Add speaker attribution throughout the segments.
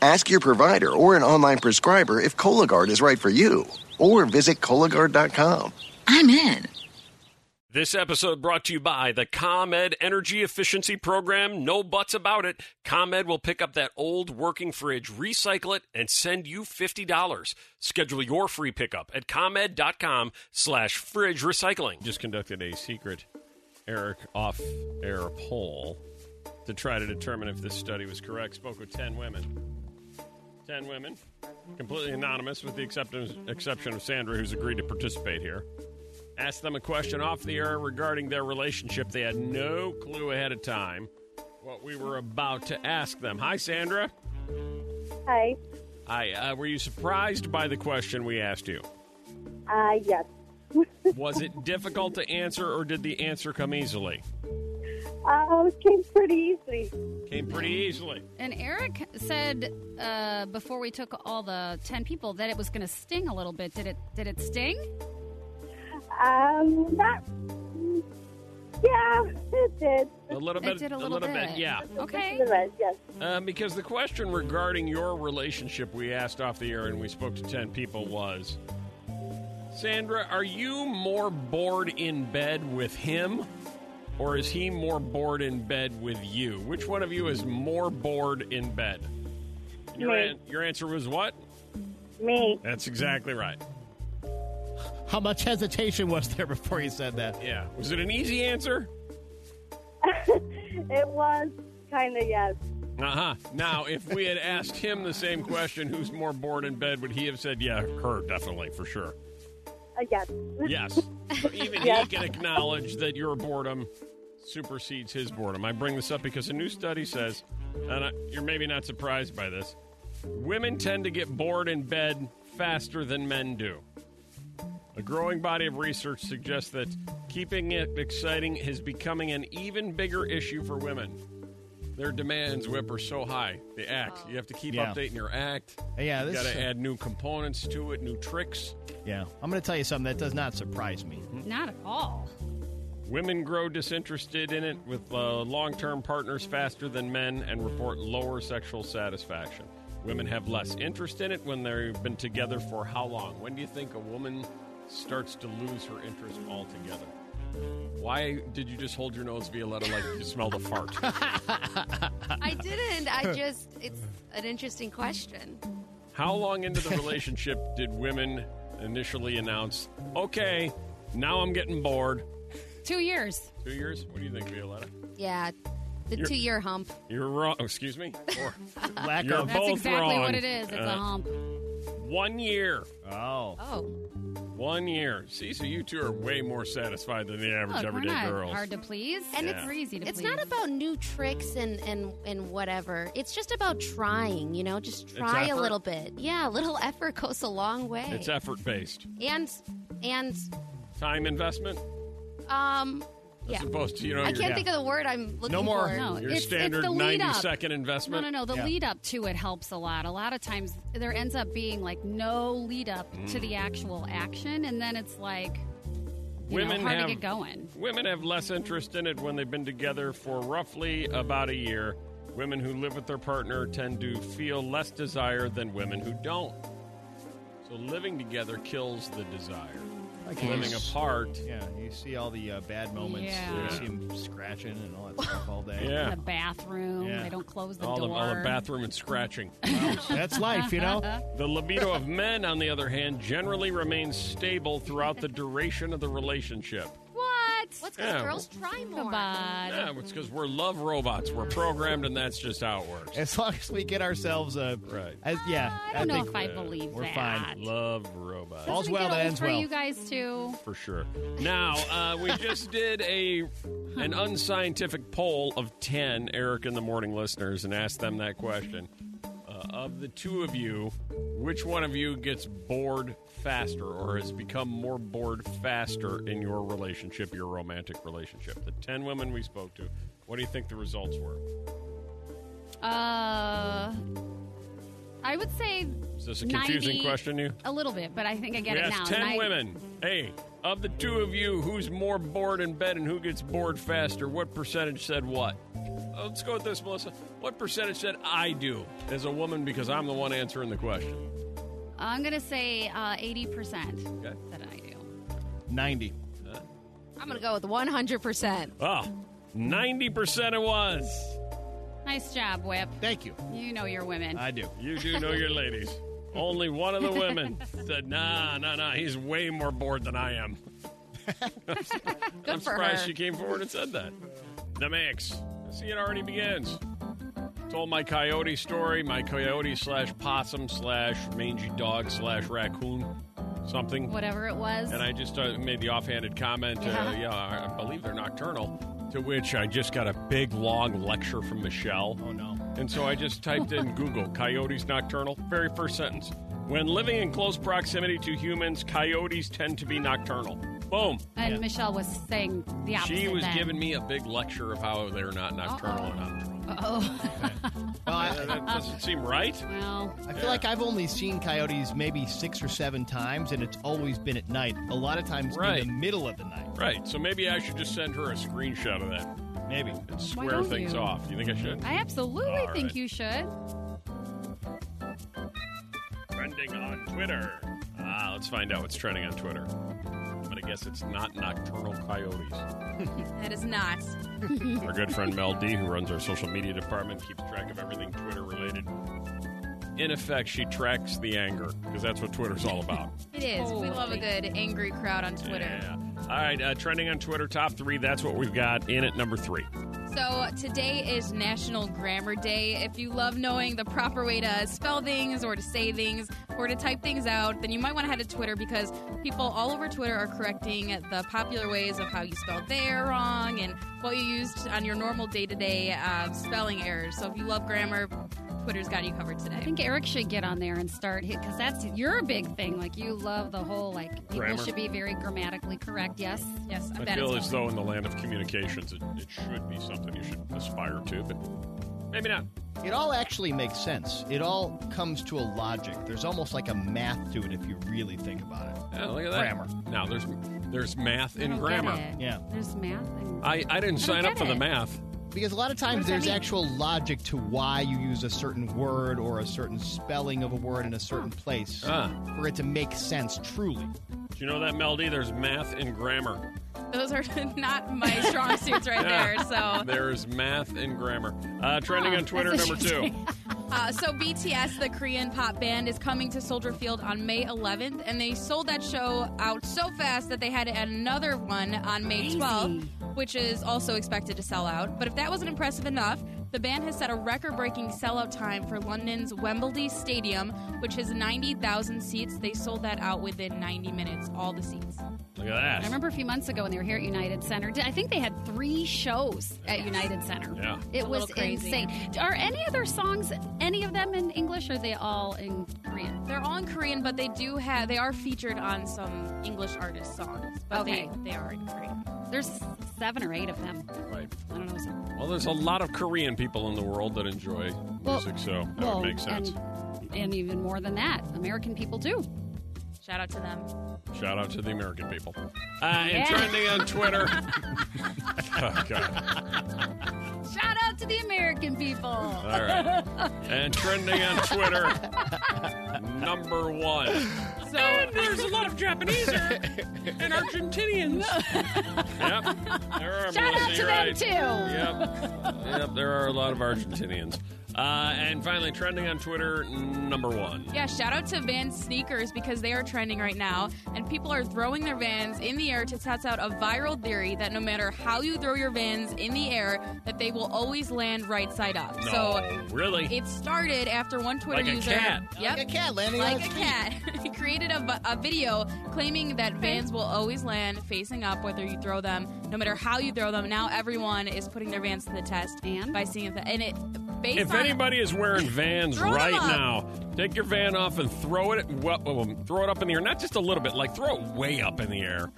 Speaker 1: Ask your provider or an online prescriber if Cologuard is right for you, or visit Cologuard.com.
Speaker 2: I'm in.
Speaker 3: This episode brought to you by the ComEd Energy Efficiency Program. No buts about it. ComEd will pick up that old working fridge, recycle it, and send you $50. Schedule your free pickup at ComEd.com slash fridge recycling.
Speaker 4: Just conducted a secret Eric off air poll to try to determine if this study was correct. Spoke with 10 women. 10 women, completely anonymous, with the acceptance, exception of Sandra, who's agreed to participate here. Asked them a question off the air regarding their relationship. They had no clue ahead of time what we were about to ask them. Hi, Sandra.
Speaker 5: Hi.
Speaker 4: Hi. Uh, were you surprised by the question we asked you?
Speaker 5: Uh, yes.
Speaker 4: Was it difficult to answer, or did the answer come easily?
Speaker 5: Uh, it came pretty easily.
Speaker 4: Came pretty easily.
Speaker 6: And Eric said uh, before we took all the ten people that it was going to sting a little bit. Did it? Did it sting?
Speaker 5: Um, that. Yeah, it did.
Speaker 4: A little
Speaker 6: It
Speaker 4: bit.
Speaker 6: did a little bit.
Speaker 4: Yeah.
Speaker 6: Okay.
Speaker 5: The rest, yes.
Speaker 4: Um, because the question regarding your relationship we asked off the air and we spoke to 10 people was Sandra, are you more bored in bed with him or is he more bored in bed with you? Which one of you is more bored in bed? Your,
Speaker 5: Me.
Speaker 4: an- your answer was what?
Speaker 5: Me.
Speaker 4: That's exactly right.
Speaker 7: How much hesitation was there before you said that?
Speaker 4: Yeah. Was it an easy answer?
Speaker 5: It was kind of yes.
Speaker 4: Uh huh. Now, if we had asked him the same question, who's more bored in bed, would he have said, yeah, her, definitely, for sure?
Speaker 5: A yes.
Speaker 4: Yes. But even he can acknowledge that your boredom supersedes his boredom. I bring this up because a new study says, and I, you're maybe not surprised by this, women tend to get bored in bed faster than men do. A growing body of research suggests that keeping it exciting is becoming an even bigger issue for women. Their demands, Whip, are so high. The act. You have to keep
Speaker 7: Oh. Yeah.
Speaker 4: updating your act.
Speaker 7: Yeah,
Speaker 4: You
Speaker 7: this.
Speaker 4: got to add new components to it, new tricks.
Speaker 7: yeah, I'm going to tell you something that does not surprise me.
Speaker 4: Mm-hmm.
Speaker 6: Not at all.
Speaker 4: Women grow disinterested in it with uh, long term partners faster than men and report lower sexual satisfaction. Women have less interest in it when they've been together for how long? When do you think a woman starts to lose her interest altogether? Why did you just hold your nose, Violetta, like you smelled a fart?
Speaker 8: I didn't. I just, it's an interesting question.
Speaker 4: How long into the relationship did women initially announce, okay, now I'm getting bored?
Speaker 6: Two years.
Speaker 4: Two years? What do you think, Violetta?
Speaker 8: Yeah. The
Speaker 4: You're-
Speaker 8: two year hump.
Speaker 4: You're wrong. Oh, excuse me? Four.
Speaker 7: Lack
Speaker 4: You're
Speaker 7: of.
Speaker 6: That's
Speaker 4: Both
Speaker 6: exactly
Speaker 4: wrong.
Speaker 6: what it is. It's
Speaker 4: Uh,
Speaker 6: a hump.
Speaker 4: One year.
Speaker 7: Oh.
Speaker 8: Oh,
Speaker 4: One year. See, so you two are way more satisfied than the average
Speaker 6: Look, we're
Speaker 4: everyday
Speaker 6: not
Speaker 4: girls.
Speaker 6: hard to please.
Speaker 8: And
Speaker 4: it's-
Speaker 6: we're easy to
Speaker 8: it's
Speaker 6: please.
Speaker 8: not about new tricks and, and, and whatever. It's just about trying, you know, just try a
Speaker 4: effort.
Speaker 8: little bit. Yeah, a little effort goes a long way.
Speaker 4: It's effort based.
Speaker 8: and, and,
Speaker 4: Time investment
Speaker 8: um,
Speaker 4: as
Speaker 8: yeah.
Speaker 4: opposed to, you know,
Speaker 8: I
Speaker 4: your,
Speaker 8: can't think of the word I'm looking
Speaker 7: more.
Speaker 8: for.
Speaker 6: No,
Speaker 4: your
Speaker 6: it's,
Speaker 4: standard
Speaker 6: it's the lead
Speaker 4: ninety
Speaker 6: up.
Speaker 4: second
Speaker 6: No,
Speaker 4: investment.
Speaker 6: no, no. The
Speaker 7: Yeah.
Speaker 6: lead up to it helps a lot. A lot of times there ends up being like no lead up
Speaker 4: Mm.
Speaker 6: to the actual action, and then it's like you
Speaker 4: Women
Speaker 6: know, hard
Speaker 4: have
Speaker 6: to get going.
Speaker 4: Women have less interest in it when they've been together for roughly about a year. Women who live with their partner tend to feel less desire than women who don't. So living together kills the desire.
Speaker 7: Like
Speaker 4: Living apart.
Speaker 7: Yeah, you see all the uh, bad moments.
Speaker 6: Yeah.
Speaker 7: You see him scratching and all that stuff all day.
Speaker 4: Yeah.
Speaker 6: In the bathroom,
Speaker 7: Yeah.
Speaker 6: they don't close the
Speaker 4: All the,
Speaker 6: door.
Speaker 4: all the bathroom and scratching.
Speaker 7: That's life, you know?
Speaker 4: The libido of men, on the other hand, generally remains stable throughout the duration of the relationship.
Speaker 6: What?
Speaker 8: What's It's because
Speaker 4: Yeah.
Speaker 8: girls try more.
Speaker 6: Goodbye.
Speaker 4: Yeah, it's because we're love robots. We're programmed, and that's just how it works.
Speaker 7: As long as we get ourselves a
Speaker 4: Right.
Speaker 7: as- yeah,
Speaker 6: I don't know
Speaker 7: think
Speaker 6: if I believe
Speaker 7: we're
Speaker 6: that.
Speaker 7: fine.
Speaker 4: Love robots.
Speaker 7: All's
Speaker 6: Doesn't it
Speaker 7: well
Speaker 6: get
Speaker 7: that
Speaker 6: old
Speaker 7: ends
Speaker 6: for
Speaker 7: well.
Speaker 6: you guys too.
Speaker 4: for sure. Now, uh, we just did a an unscientific poll of 10 Eric in the Morning listeners and asked them that question. Uh, of the two of you, which one of you gets bored faster or has become more bored faster in your relationship, your romantic relationship? The 10 women we spoke to, what do you think the results were?
Speaker 6: Uh, I would say
Speaker 4: Is this a confusing
Speaker 6: 90
Speaker 4: question to you?
Speaker 6: a little bit, but I think I get
Speaker 4: we
Speaker 6: it
Speaker 4: asked
Speaker 6: now.
Speaker 4: 10
Speaker 6: Nine-
Speaker 4: women. Hey, of the two of you, who's more bored in bed and who gets bored faster? What percentage said what? Uh, Let's go with this, Melissa. What percentage said I do as a woman because I'm the one answering the question?
Speaker 6: I'm gonna say uh, eighty percent
Speaker 4: Okay.
Speaker 6: that I do.
Speaker 7: Ninety.
Speaker 8: I'm gonna go with 100. percent
Speaker 4: Oh, 90% it was.
Speaker 6: Nice job, Whip.
Speaker 7: Thank you.
Speaker 6: You know your women.
Speaker 7: I do.
Speaker 4: You do know your ladies. Only one of the women said, nah, nah, nah, he's way more bored than I am.
Speaker 8: Good
Speaker 4: I'm
Speaker 8: for
Speaker 4: surprised
Speaker 8: her.
Speaker 4: she came forward and said that. The mix. I see it already begins. Told my coyote story, my coyote slash possum slash mangy dog slash raccoon, something.
Speaker 6: Whatever it was.
Speaker 4: And I just uh, made the offhanded comment, uh,
Speaker 6: Yeah.
Speaker 4: yeah, I I believe they're nocturnal, to which I just got a big long lecture from Michelle.
Speaker 7: Oh no.
Speaker 4: And so I just typed in Google coyotes nocturnal. Very first sentence. When living in close proximity to humans, coyotes tend to be nocturnal. Boom.
Speaker 6: And Michelle was saying the opposite.
Speaker 4: She was
Speaker 6: then.
Speaker 4: giving me a big lecture of how they're not nocturnal
Speaker 6: Uh-oh.
Speaker 4: enough.
Speaker 6: Oh
Speaker 7: Well,
Speaker 4: That
Speaker 7: I,
Speaker 4: that doesn't seem right.
Speaker 6: well.
Speaker 7: I feel like I've only seen coyotes maybe six or seven times, and it's always been at night. A lot of times
Speaker 4: Right.
Speaker 7: in the middle of the night.
Speaker 4: Right. So maybe I should just send her a screenshot of that. Maybe. And square
Speaker 6: don't
Speaker 4: things
Speaker 6: you?
Speaker 4: off. You think I should?
Speaker 6: I absolutely
Speaker 4: All
Speaker 6: think
Speaker 4: right.
Speaker 6: you should.
Speaker 4: Trending on Twitter. Ah, let's find out what's trending on Twitter. I'm going to guess it's not nocturnal coyotes.
Speaker 9: That is not.
Speaker 4: Our good friend Mel D, who runs our social media department, keeps track of everything Twitter related. In effect, she tracks the anger because that's what Twitter's all about.
Speaker 9: It is. We love a good angry crowd on Twitter.
Speaker 4: Yeah. All right, uh, trending on Twitter, top three. That's what we've got in at number three.
Speaker 9: So today is National Grammar Day. If you love knowing the proper way to spell things or to say things or to type things out, then you might want to head to Twitter because people all over Twitter are correcting the popular ways of how you spell there wrong and what you used on your normal day-to-day uh, spelling errors. So if you love grammar, Twitter's got you covered today.
Speaker 6: I think Eric should get on there and start because that's your big thing. Like you love the whole like people
Speaker 4: Grammar.
Speaker 6: should be very grammatically correct. Yes.
Speaker 9: yes, I,
Speaker 4: I
Speaker 9: bet
Speaker 4: feel
Speaker 9: it's
Speaker 4: as though in the land of communications, it, it should be something you should aspire to, but maybe not.
Speaker 7: It all actually makes sense. It all comes to a logic. There's almost like a math to it if you really think about it.
Speaker 4: Yeah, look at
Speaker 7: Grammar.
Speaker 4: Now there's there's math
Speaker 6: I
Speaker 4: in
Speaker 6: don't
Speaker 4: grammar.
Speaker 6: get it.
Speaker 7: Yeah.
Speaker 6: There's math. And-
Speaker 4: I, I didn't sign
Speaker 6: get
Speaker 4: up for the
Speaker 6: it.
Speaker 4: math.
Speaker 7: Because a lot of
Speaker 6: What
Speaker 7: times
Speaker 6: does that
Speaker 7: there's
Speaker 6: mean?
Speaker 7: actual logic to why you use a certain word or a certain spelling of a word in a certain place
Speaker 4: Ah.
Speaker 7: for it to make sense truly.
Speaker 4: Do you know that, Melody? There's math in grammar.
Speaker 9: those are not my strong suits right
Speaker 4: Yeah.
Speaker 9: there. So
Speaker 4: There's math in grammar. Uh, trending
Speaker 6: Huh,
Speaker 4: on Twitter,
Speaker 6: Oh, that's
Speaker 4: number two.
Speaker 9: Uh, so BTS, the Korean pop band, is coming to Soldier Field on May 11th, and they sold that show out so fast that they had to add another one on May
Speaker 6: Crazy.
Speaker 9: 12th, which is also expected to sell out. But if that wasn't impressive enough, the band has set a record-breaking sellout time for London's Wembley Stadium, which has 90,000 seats. They sold that out within 90 minutes, all the seats.
Speaker 4: Look at
Speaker 6: I
Speaker 4: that.
Speaker 6: remember a few months ago when they were here at United Center. I think they had three shows at United Center.
Speaker 4: Yeah.
Speaker 6: It was
Speaker 9: little crazy.
Speaker 6: insane. Are any of their songs, any of them in English, or are they all in Korean?
Speaker 9: They're all in Korean, but they do have they are featured on some English artist songs. But
Speaker 6: Okay.
Speaker 9: they, they are in Korean.
Speaker 6: There's seven or eight of them.
Speaker 4: Right.
Speaker 6: I don't know. so-
Speaker 4: Well, there's a lot of Korean people in the world that enjoy
Speaker 6: Well,
Speaker 4: music, so that
Speaker 6: well,
Speaker 4: would make sense.
Speaker 6: And, and even more than that, American people too.
Speaker 9: Shout out to them.
Speaker 4: Shout out to the American people. Uh, And
Speaker 6: Yeah.
Speaker 4: trending on Twitter. oh, God.
Speaker 6: Shout out to the American people.
Speaker 4: All right. And trending on Twitter, number one. Oh,
Speaker 9: So
Speaker 4: There's a lot of Japanese and Argentinians. yep. There are
Speaker 6: Shout out
Speaker 4: Melissa,
Speaker 6: to
Speaker 4: you're
Speaker 6: them
Speaker 4: right.
Speaker 6: too.
Speaker 4: Yep. Yep, there are a lot of Argentinians. Uh, and finally, trending on Twitter, number one.
Speaker 9: Yeah, shout out to Vans sneakers because they are trending right now, and people are throwing their Vans in the air to test out a viral theory that no matter how you throw your Vans in the air, that they will always land right side up. so
Speaker 4: No, really?
Speaker 9: it started after one Twitter
Speaker 4: Like a
Speaker 9: user,
Speaker 4: cat.
Speaker 9: yep,
Speaker 7: Like a cat landing on
Speaker 9: like
Speaker 7: its
Speaker 9: a cat, he created a, vi- a video claiming that Vans will always land facing up whether you throw them, no matter how you throw them. Now everyone is putting their Vans to the test
Speaker 6: And?
Speaker 9: by seeing if the, and it based
Speaker 4: If
Speaker 9: on
Speaker 4: anybody is wearing Vans
Speaker 9: Throw them
Speaker 4: right
Speaker 9: up.
Speaker 4: now, take your van off and throw it well, well, throw it up in the air. Not just a little bit, like throw it way up in the air,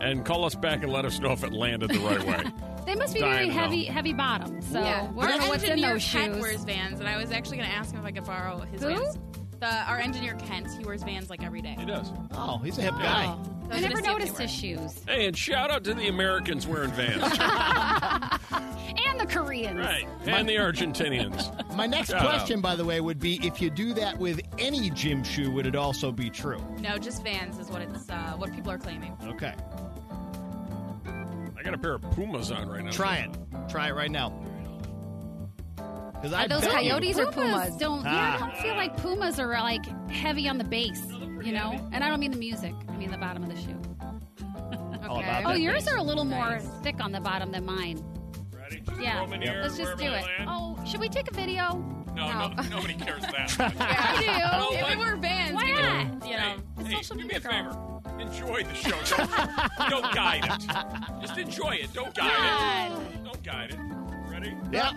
Speaker 4: and call us back and let us know if it landed the right way.
Speaker 6: They must be
Speaker 4: Dying
Speaker 6: very
Speaker 4: to
Speaker 6: heavy,
Speaker 4: know.
Speaker 6: heavy bottom. So
Speaker 9: yeah,
Speaker 6: we
Speaker 9: our
Speaker 6: don't know what's in
Speaker 9: engineer
Speaker 6: those
Speaker 9: Kent
Speaker 6: shoes.
Speaker 9: wears Vans, and I was actually going to ask him if I could borrow his
Speaker 6: Who?
Speaker 9: Vans. The, our engineer Kent, he wears Vans like every day.
Speaker 4: It does.
Speaker 7: Oh, he's a hip guy.
Speaker 6: Oh.
Speaker 9: So I
Speaker 6: I
Speaker 9: was gonna see
Speaker 6: never
Speaker 9: if they
Speaker 6: noticed
Speaker 9: were.
Speaker 6: his shoes.
Speaker 4: Hey, and shout out to the Americans wearing Vans,
Speaker 6: And the Koreans.
Speaker 4: right? And the Argentinians.
Speaker 7: My next
Speaker 4: Shout
Speaker 7: question,
Speaker 4: out.
Speaker 7: by the way, would be if you do that with any gym shoe, would it also be true?
Speaker 9: No, just Vans is what it's uh, what people are claiming.
Speaker 7: Okay.
Speaker 4: I got a pair of Pumas on right now.
Speaker 7: Try it. Try it right now. 'Cause I
Speaker 10: Are those
Speaker 7: bet you-
Speaker 10: coyotes or
Speaker 6: Pumas
Speaker 10: pumas?
Speaker 6: don't. Yeah, I
Speaker 7: Ah.
Speaker 6: don't feel like Pumas are like heavy on the base. You know, and I don't mean the music. I mean the bottom of the shoe.
Speaker 7: All about
Speaker 6: Oh,
Speaker 7: that
Speaker 6: yours
Speaker 7: base.
Speaker 6: are a little more
Speaker 9: Nice.
Speaker 6: thick on the bottom than mine.
Speaker 4: Ready? Just
Speaker 6: Yeah,
Speaker 4: throw 'em in the air,
Speaker 6: let's just
Speaker 4: wherever
Speaker 6: do
Speaker 4: they
Speaker 6: it.
Speaker 4: land.
Speaker 6: Oh, should we take a video?
Speaker 4: no, no, nobody cares that. much.
Speaker 6: I do.
Speaker 4: Oh,
Speaker 9: if
Speaker 4: what?
Speaker 9: it were Vans,
Speaker 6: Why
Speaker 9: we would-
Speaker 6: not?
Speaker 9: you know,
Speaker 4: Hey,
Speaker 6: the
Speaker 4: hey,
Speaker 6: social
Speaker 4: do me
Speaker 6: media
Speaker 4: a
Speaker 6: girl.
Speaker 4: favor. Enjoy the show. Don't, don't guide it. Just enjoy it. Don't guide it. Don't guide it. Ready?
Speaker 7: Yeah.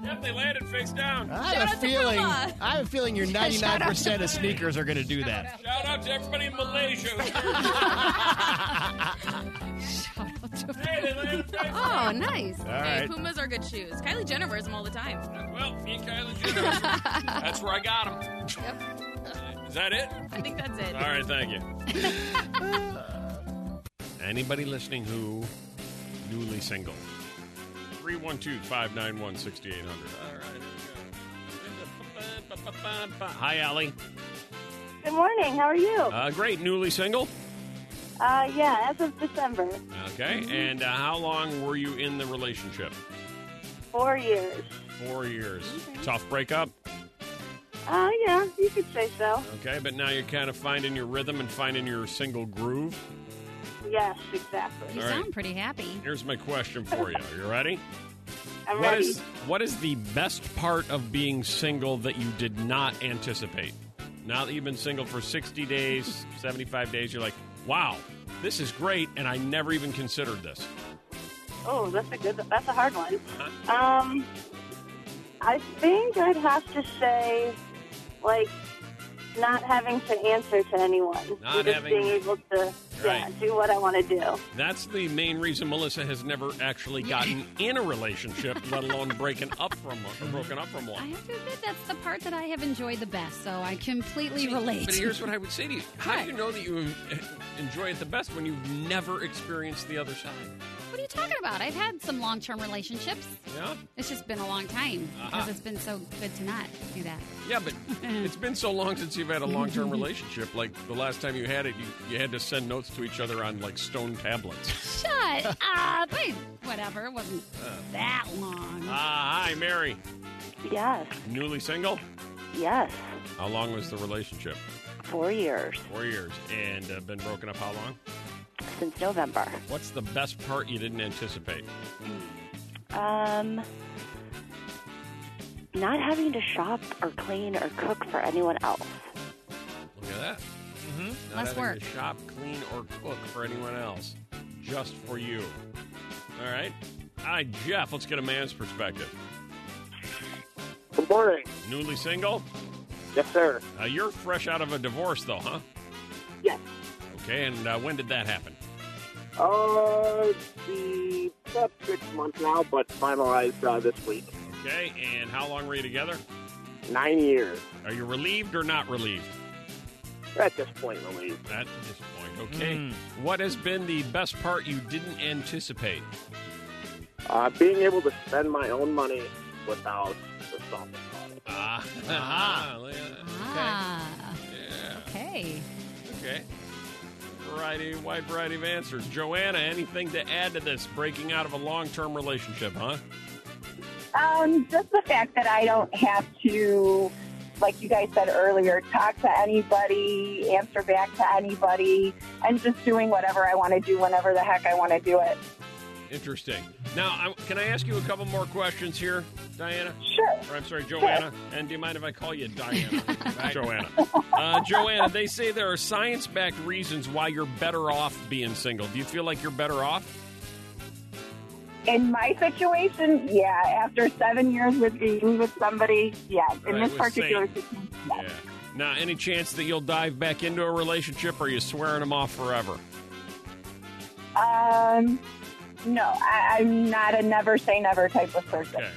Speaker 4: Yep, they landed face down.
Speaker 7: I
Speaker 9: Shout
Speaker 7: have a
Speaker 9: out to
Speaker 7: feeling.
Speaker 9: Puma.
Speaker 7: I have a feeling your 99% of sneakers are going to do that.
Speaker 4: Shout out to everybody in Malaysia. who's heard it. hey, they landed face down.
Speaker 10: Oh, nice.
Speaker 7: All
Speaker 9: hey,
Speaker 7: right.
Speaker 9: Pumas are good shoes. Kylie Jenner wears them all the time.
Speaker 4: Well, me and Kylie Jenner. That's where I got them. Is that it?
Speaker 9: I think that's it.
Speaker 4: All right, thank you. Anybody listening who newly single? 312 591 6800. All right. here we go. Hi, Allie.
Speaker 5: Good morning. How are you?
Speaker 4: Uh, great, newly single.
Speaker 5: Uh, yeah, as of December,
Speaker 4: Okay, and uh, how long were you in the relationship?
Speaker 5: four years.
Speaker 4: Four years. Tough breakup.
Speaker 5: Uh, yeah, you could say so.
Speaker 4: Okay, but now you're kind of finding your rhythm and finding your single groove.
Speaker 5: Yes, exactly.
Speaker 6: You
Speaker 4: All right.
Speaker 6: sound pretty happy.
Speaker 4: Here's my question for you. You ready?
Speaker 5: I'm
Speaker 4: What
Speaker 5: ready.
Speaker 4: is what is the best part of being single that you did not anticipate? Now that you've been single for 60 days, 75 days, you're like, wow, this is great, and I never even considered this.
Speaker 5: Oh, that's a good. That's a hard one.
Speaker 4: Uh-huh.
Speaker 5: Um, I think I'd have to say, like, not having to answer to anyone.
Speaker 4: Not
Speaker 5: just
Speaker 4: having-
Speaker 5: being able to, yeah,
Speaker 4: Right.
Speaker 5: do what I want to do.
Speaker 4: That's the main reason Melissa has never actually gotten in a relationship, let alone breaking up from or broken up from
Speaker 6: I
Speaker 4: one.
Speaker 6: have to admit that's the part that I have enjoyed the best. So I completely relate.
Speaker 4: But here's what I would say to you: How do you know that you enjoy it the best when you've never experienced the other side?
Speaker 6: What are you talking about? I've had some long-term relationships.
Speaker 4: Yeah,
Speaker 6: It's just been a long time
Speaker 4: Uh-huh.
Speaker 6: because it's been so good to not do that.
Speaker 4: yeah, but it's been so long since you've had a long-term relationship. Like the last time you had it, you, you had to send notes to each other on like stone tablets.
Speaker 6: Shut up! Wait, whatever. It wasn't that long.
Speaker 4: Uh. Ah, hi, Mary,
Speaker 5: Yes,
Speaker 4: newly single.
Speaker 5: yes,
Speaker 4: How long was the relationship?
Speaker 5: four years
Speaker 4: Four years, and uh, been broken up. How long?
Speaker 5: since November.
Speaker 4: What's the best part you didn't anticipate?
Speaker 5: Um, not having to shop or clean or cook for anyone else.
Speaker 4: Look at that. Mm-hmm. Not
Speaker 6: Less
Speaker 4: having
Speaker 6: work.
Speaker 4: to shop, clean, or cook for anyone else. Just for you. All right. Hi, Jeff. Let's get a man's perspective.
Speaker 11: Good morning.
Speaker 4: Newly single?
Speaker 11: Yes, sir.
Speaker 4: Uh, you're fresh out of a divorce, though, huh?
Speaker 11: Yes.
Speaker 4: Okay, and uh, when did that happen?
Speaker 11: Uh, the about six months now, but finalized uh, this week.
Speaker 4: Okay, and how long were you together?
Speaker 11: Nine years
Speaker 4: Are you relieved or not relieved?
Speaker 11: at this point, I believe.
Speaker 4: At this point. Okay. What has been the best part you didn't anticipate?
Speaker 11: Uh, being able to spend my own money without the song.
Speaker 4: Ah.
Speaker 6: Ah. Okay.
Speaker 4: Okay. Variety, wide variety of answers. Joanna, anything to add to this? Breaking out of a long term relationship, huh?
Speaker 10: Um, just the fact that I don't have to, like you guys said earlier, talk to anybody, answer back to anybody, and just doing whatever I want to do whenever the heck I want to do it.
Speaker 4: Interesting. Now, I, can I ask you a couple more questions here, Diana?
Speaker 10: Sure.
Speaker 4: Or I'm sorry, Joanna. And do you mind if I call you Diana? Not Joanna. Uh, Joanna, they say there are science backed reasons why you're better off being single. Do you feel like you're better off?
Speaker 10: In my situation, yeah, after seven years with being with somebody, yeah, in
Speaker 4: Right,
Speaker 10: this
Speaker 4: with
Speaker 10: particular
Speaker 4: Saint.
Speaker 10: situation,
Speaker 4: Yeah. Now, any chance that you'll dive back into a relationship or are you swearing them off forever?
Speaker 10: um, no, I, I'm not a never say never type of person.
Speaker 4: Okay.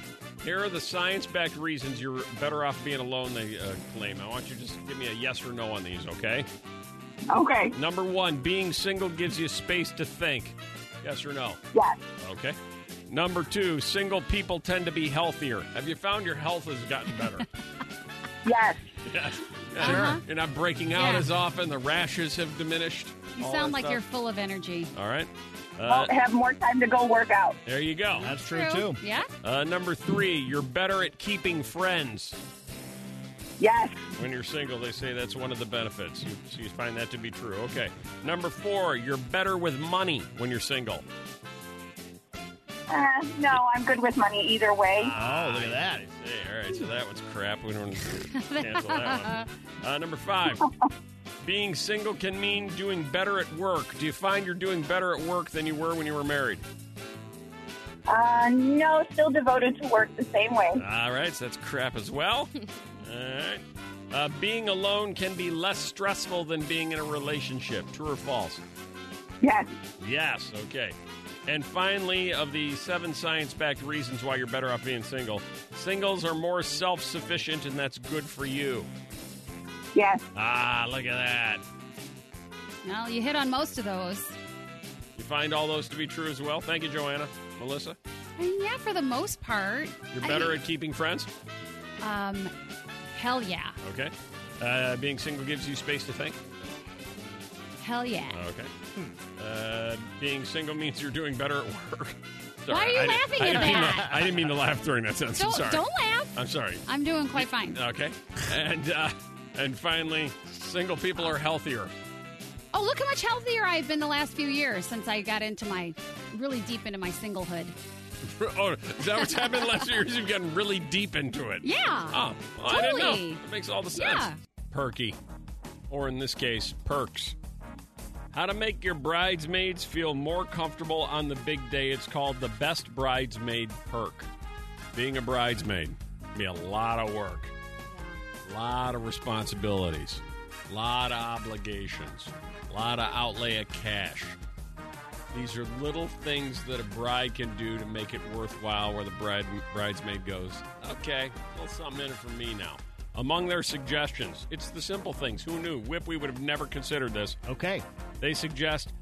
Speaker 4: Here are the science backed reasons you're better off being alone, they uh, claim. I want you to just give me a yes or no on these, okay?
Speaker 10: Okay.
Speaker 4: Number one, being single gives you space to think. Yes or no?
Speaker 10: Yes.
Speaker 4: Okay. Number two, single people tend to be healthier. Have you found your health has gotten better?
Speaker 10: Yes.
Speaker 4: yes.
Speaker 6: Uh-huh.
Speaker 4: You're not breaking out
Speaker 6: Yeah.
Speaker 4: as often. The rashes have diminished.
Speaker 6: You
Speaker 4: all
Speaker 6: sound
Speaker 4: that
Speaker 6: like you're
Speaker 4: stuff.
Speaker 6: full of energy.
Speaker 4: All right.
Speaker 10: Well, have more time to go work out.
Speaker 4: there you go. That's
Speaker 6: Yeah.
Speaker 4: Uh, number three, you're better at keeping friends.
Speaker 10: Yes.
Speaker 4: When you're single, they say that's one of the benefits. You, so you find that to be true. Okay. Number four, you're better with money when you're single.
Speaker 10: Uh, no, I'm good with money either way.
Speaker 4: Oh, look at that. All right, so that one's crap. We don't cancel that one. Uh, number five, being single can mean doing better at work. Do you find you're doing better at work than you were when you were married?
Speaker 10: Uh, no, still devoted to work the same way.
Speaker 4: All right, so that's crap as well. All right. Uh, being alone can be less stressful than being in a relationship. True or false?
Speaker 10: Yes.
Speaker 4: Yes, okay. And finally, of the seven science backed reasons why you're better off being single, singles are more self sufficient, and that's good for you.
Speaker 10: Yes.
Speaker 4: Ah, look at that.
Speaker 6: Well, you hit on most of those.
Speaker 4: You find all those to be true as well. Thank you, Joanna. Melissa,
Speaker 6: I mean, yeah, for the most part.
Speaker 4: you're
Speaker 6: I
Speaker 4: better
Speaker 6: mean,
Speaker 4: at keeping friends.
Speaker 6: Um, hell yeah.
Speaker 4: Okay. Uh, being single gives you space to think.
Speaker 6: Hell yeah.
Speaker 4: Okay.
Speaker 6: Hmm.
Speaker 4: Uh, being single means you're doing better at work. Sorry,
Speaker 6: Why are you
Speaker 4: I didn't-
Speaker 6: laughing
Speaker 4: I
Speaker 6: at
Speaker 4: didn't mean to-
Speaker 6: that?
Speaker 4: I didn't mean to laugh during that sentence.
Speaker 6: Don't-
Speaker 4: I'm sorry.
Speaker 6: don't laugh.
Speaker 4: I'm sorry.
Speaker 6: I'm doing quite fine.
Speaker 4: Okay. And uh, and finally, single people are healthier.
Speaker 6: Oh, look how much healthier I've been the last few years since I got into my really deep into my singlehood.
Speaker 4: oh, is that what's happened the last few years? You've gotten really deep into it.
Speaker 6: Yeah.
Speaker 4: Oh, well, I didn't know.
Speaker 6: Totally.
Speaker 4: It makes all the sense.
Speaker 6: Yeah.
Speaker 4: Perky, or in this case, perks. How to make your bridesmaids feel more comfortable on the big day. It's called the best bridesmaid perk. Being a bridesmaid can be a lot of work, a lot of responsibilities, a lot of obligations, a lot of outlay of cash. These are little things that a bride can do to make it worthwhile where the bride, bridesmaid goes, okay, a little something in it for me now. Among their suggestions, it's the simple things. Who knew? Whip, we would have never considered this.
Speaker 7: Okay.
Speaker 4: They suggest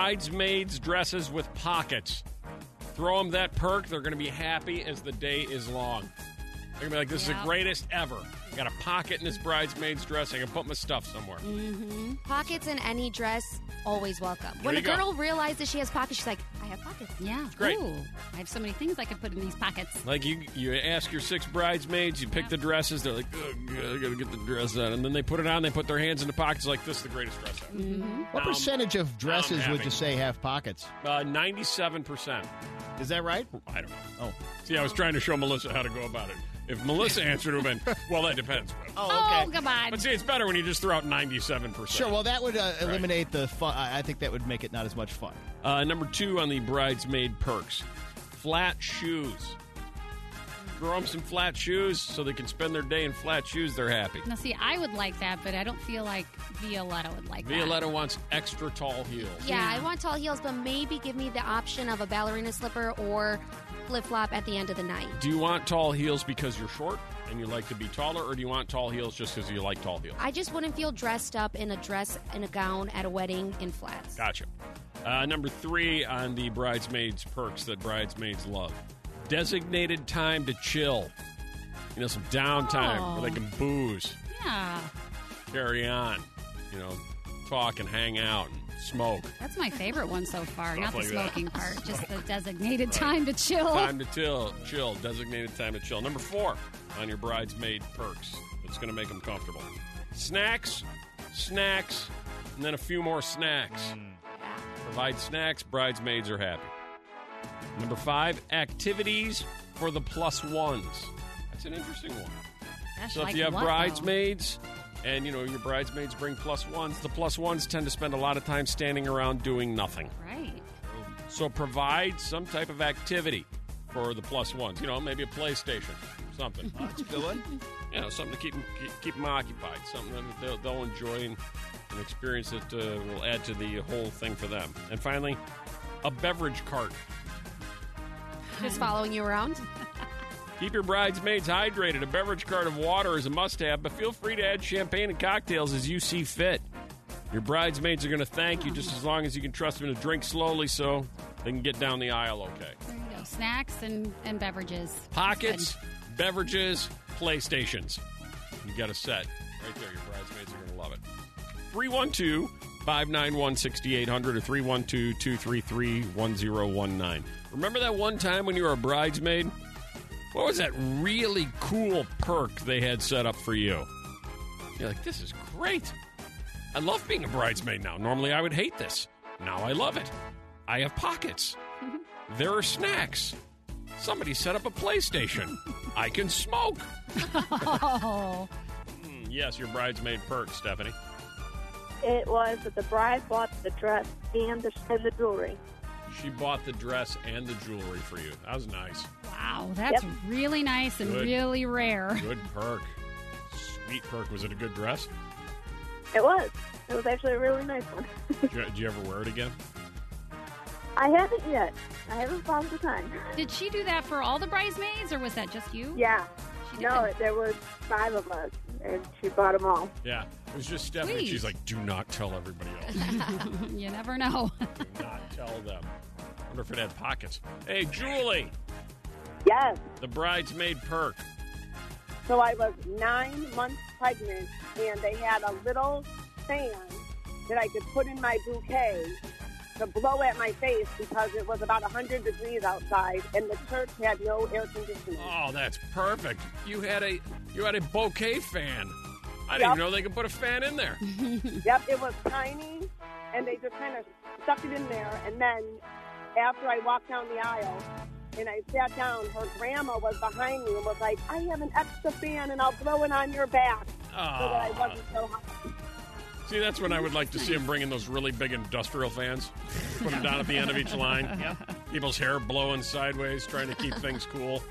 Speaker 4: bridesmaids' dresses with pockets. Throw them that perk. They're going to be happy as the day is long. They're going to be like, this is
Speaker 8: Yeah.
Speaker 4: the greatest ever. Got a pocket in this bridesmaid's dress. I can put my stuff somewhere.
Speaker 8: hmm Pockets in any dress, always welcome.
Speaker 4: There
Speaker 8: when
Speaker 4: you
Speaker 8: a
Speaker 4: go.
Speaker 8: girl realizes she has pockets, she's like, I have pockets.
Speaker 6: Yeah.
Speaker 4: great.
Speaker 6: Ooh, I have so many things I could put in these pockets.
Speaker 4: Like you, you ask your six bridesmaids, you pick the dresses. They're like, "Ugh, I gotta get the dress on, and then they put it on. They put their hands in the pockets, like this is the greatest dress ever.
Speaker 11: Um,
Speaker 7: What percentage of dresses
Speaker 4: I'm
Speaker 7: would
Speaker 4: happy.
Speaker 7: you say have pockets?
Speaker 4: Uh, Ninety-seven percent.
Speaker 7: Is that right?
Speaker 4: I don't know.
Speaker 7: Oh.
Speaker 4: See, I was trying to show Melissa how to go about it. If Melissa answered, it would have been, well, that depends.
Speaker 6: Oh, come on.
Speaker 4: But see, it's better when you just throw out ninety-seven percent.
Speaker 7: Sure. Well, that would uh, eliminate the fun. I I think that would make it not as much fun.
Speaker 4: Uh, number two on the bridesmaid perks flat shoes. Throw them some flat shoes so they can spend their day in flat shoes. They're happy.
Speaker 6: Now, see, I would like that, but I don't feel like Violetta would like that.
Speaker 4: Violetta wants extra tall heels.
Speaker 8: Yeah, I want tall heels, but maybe give me the option of a ballerina slipper or flip flop at the end of the night.
Speaker 4: Do you want tall heels because you're short and you like to be taller, or do you want tall heels just because you like tall heels?
Speaker 8: I just wouldn't feel dressed up in a dress and a gown at a wedding in flats.
Speaker 4: Gotcha. Uh, number three on the bridesmaids' perks that bridesmaids love designated time to chill. You know, some downtime where they can booze,
Speaker 6: Yeah.
Speaker 4: carry on, you know, talk and hang out and smoke.
Speaker 6: That's my favorite one so far.
Speaker 4: Stuff
Speaker 6: Not the
Speaker 4: like that.
Speaker 6: smoking part, just the designated time to chill.
Speaker 4: Time to chill. Chill. Designated time to chill. Number four on your bridesmaid perks. It's going to make them comfortable. Snacks, snacks, and then a few more snacks. Provide snacks. Bridesmaids are happy. Number five, activities for the plus ones. That's an interesting one.
Speaker 6: Gosh,
Speaker 4: So
Speaker 6: like
Speaker 4: if you have
Speaker 6: what, though?
Speaker 4: bridesmaids and you know your bridesmaids bring plus ones, the plus ones tend to spend a lot of time standing around doing nothing.
Speaker 6: Right.
Speaker 4: So provide some type of activity for the plus ones. You know, maybe a PlayStation, something. You know, something to keep 'em- keep, keep them occupied. Something that they'll, they'll enjoy and an experience that uh, will add to the whole thing for them. And finally, a beverage cart.
Speaker 8: Just following you around.
Speaker 4: Keep your bridesmaids hydrated. A beverage cart of water is a must have, but feel free to add champagne and cocktails as you see fit. Your bridesmaids are going to thank you just as long as you can trust them to drink slowly so they can get down the aisle okay.
Speaker 6: There you go. Snacks and, and beverages.
Speaker 4: Pockets, beverages, PlayStations. You got a set right there. Your bridesmaids are going to love it. 312 591 6800 or 312 233 1019. Remember that one time when you were a bridesmaid? What was that really cool perk they had set up for you? You're like, this is great. I love being a bridesmaid now. Normally I would hate this. Now I love it. I have pockets. There are snacks. Somebody set up a PlayStation. I can smoke.
Speaker 6: Oh.
Speaker 4: Mm, Yes, your bridesmaid perk, Stephanie.
Speaker 5: It was that the bride bought the dress and the, and the jewelry.
Speaker 4: She bought the dress and the jewelry for you. That was nice.
Speaker 6: Wow, that's
Speaker 5: Yep.
Speaker 6: really nice and
Speaker 4: Good.
Speaker 6: really rare.
Speaker 4: Good perk. Sweet perk. Was it a good dress?
Speaker 5: It was. It was actually a really nice one.
Speaker 4: Did you, did you ever wear it again?
Speaker 5: I haven't yet. I haven't found the time.
Speaker 6: Did she do that for all the bridesmaids, or was that just you?
Speaker 5: Yeah.
Speaker 6: She did.
Speaker 5: No, there was five of us, and she bought them all.
Speaker 4: Yeah. It was just Stephanie.
Speaker 6: Sweet.
Speaker 4: She's like, do not tell everybody else.
Speaker 6: you never know.
Speaker 4: do not tell them. wonder if it had pockets. Hey, Julie,
Speaker 5: Yes.
Speaker 4: the bridesmaid perk.
Speaker 5: So I was nine months pregnant, and they had a little fan that I could put in my bouquet to blow at my face because it was about 100 degrees outside, and the church had no air conditioning.
Speaker 4: Oh, that's perfect. You had a you had a bouquet fan. I
Speaker 5: Yep.
Speaker 4: didn't even know they could put a fan in there.
Speaker 5: Yep, it was tiny, and they just kind of stuck it in there. And then after I walked down the aisle and I sat down, her grandma was behind me and was like, I have an extra fan, and I'll blow it on your back so that I
Speaker 4: Ah.
Speaker 5: wasn't so hot.
Speaker 4: See, that's when I would like to see them bringing those really big industrial fans, put them down at the end of each line. People's hair blowing sideways, trying to keep things cool.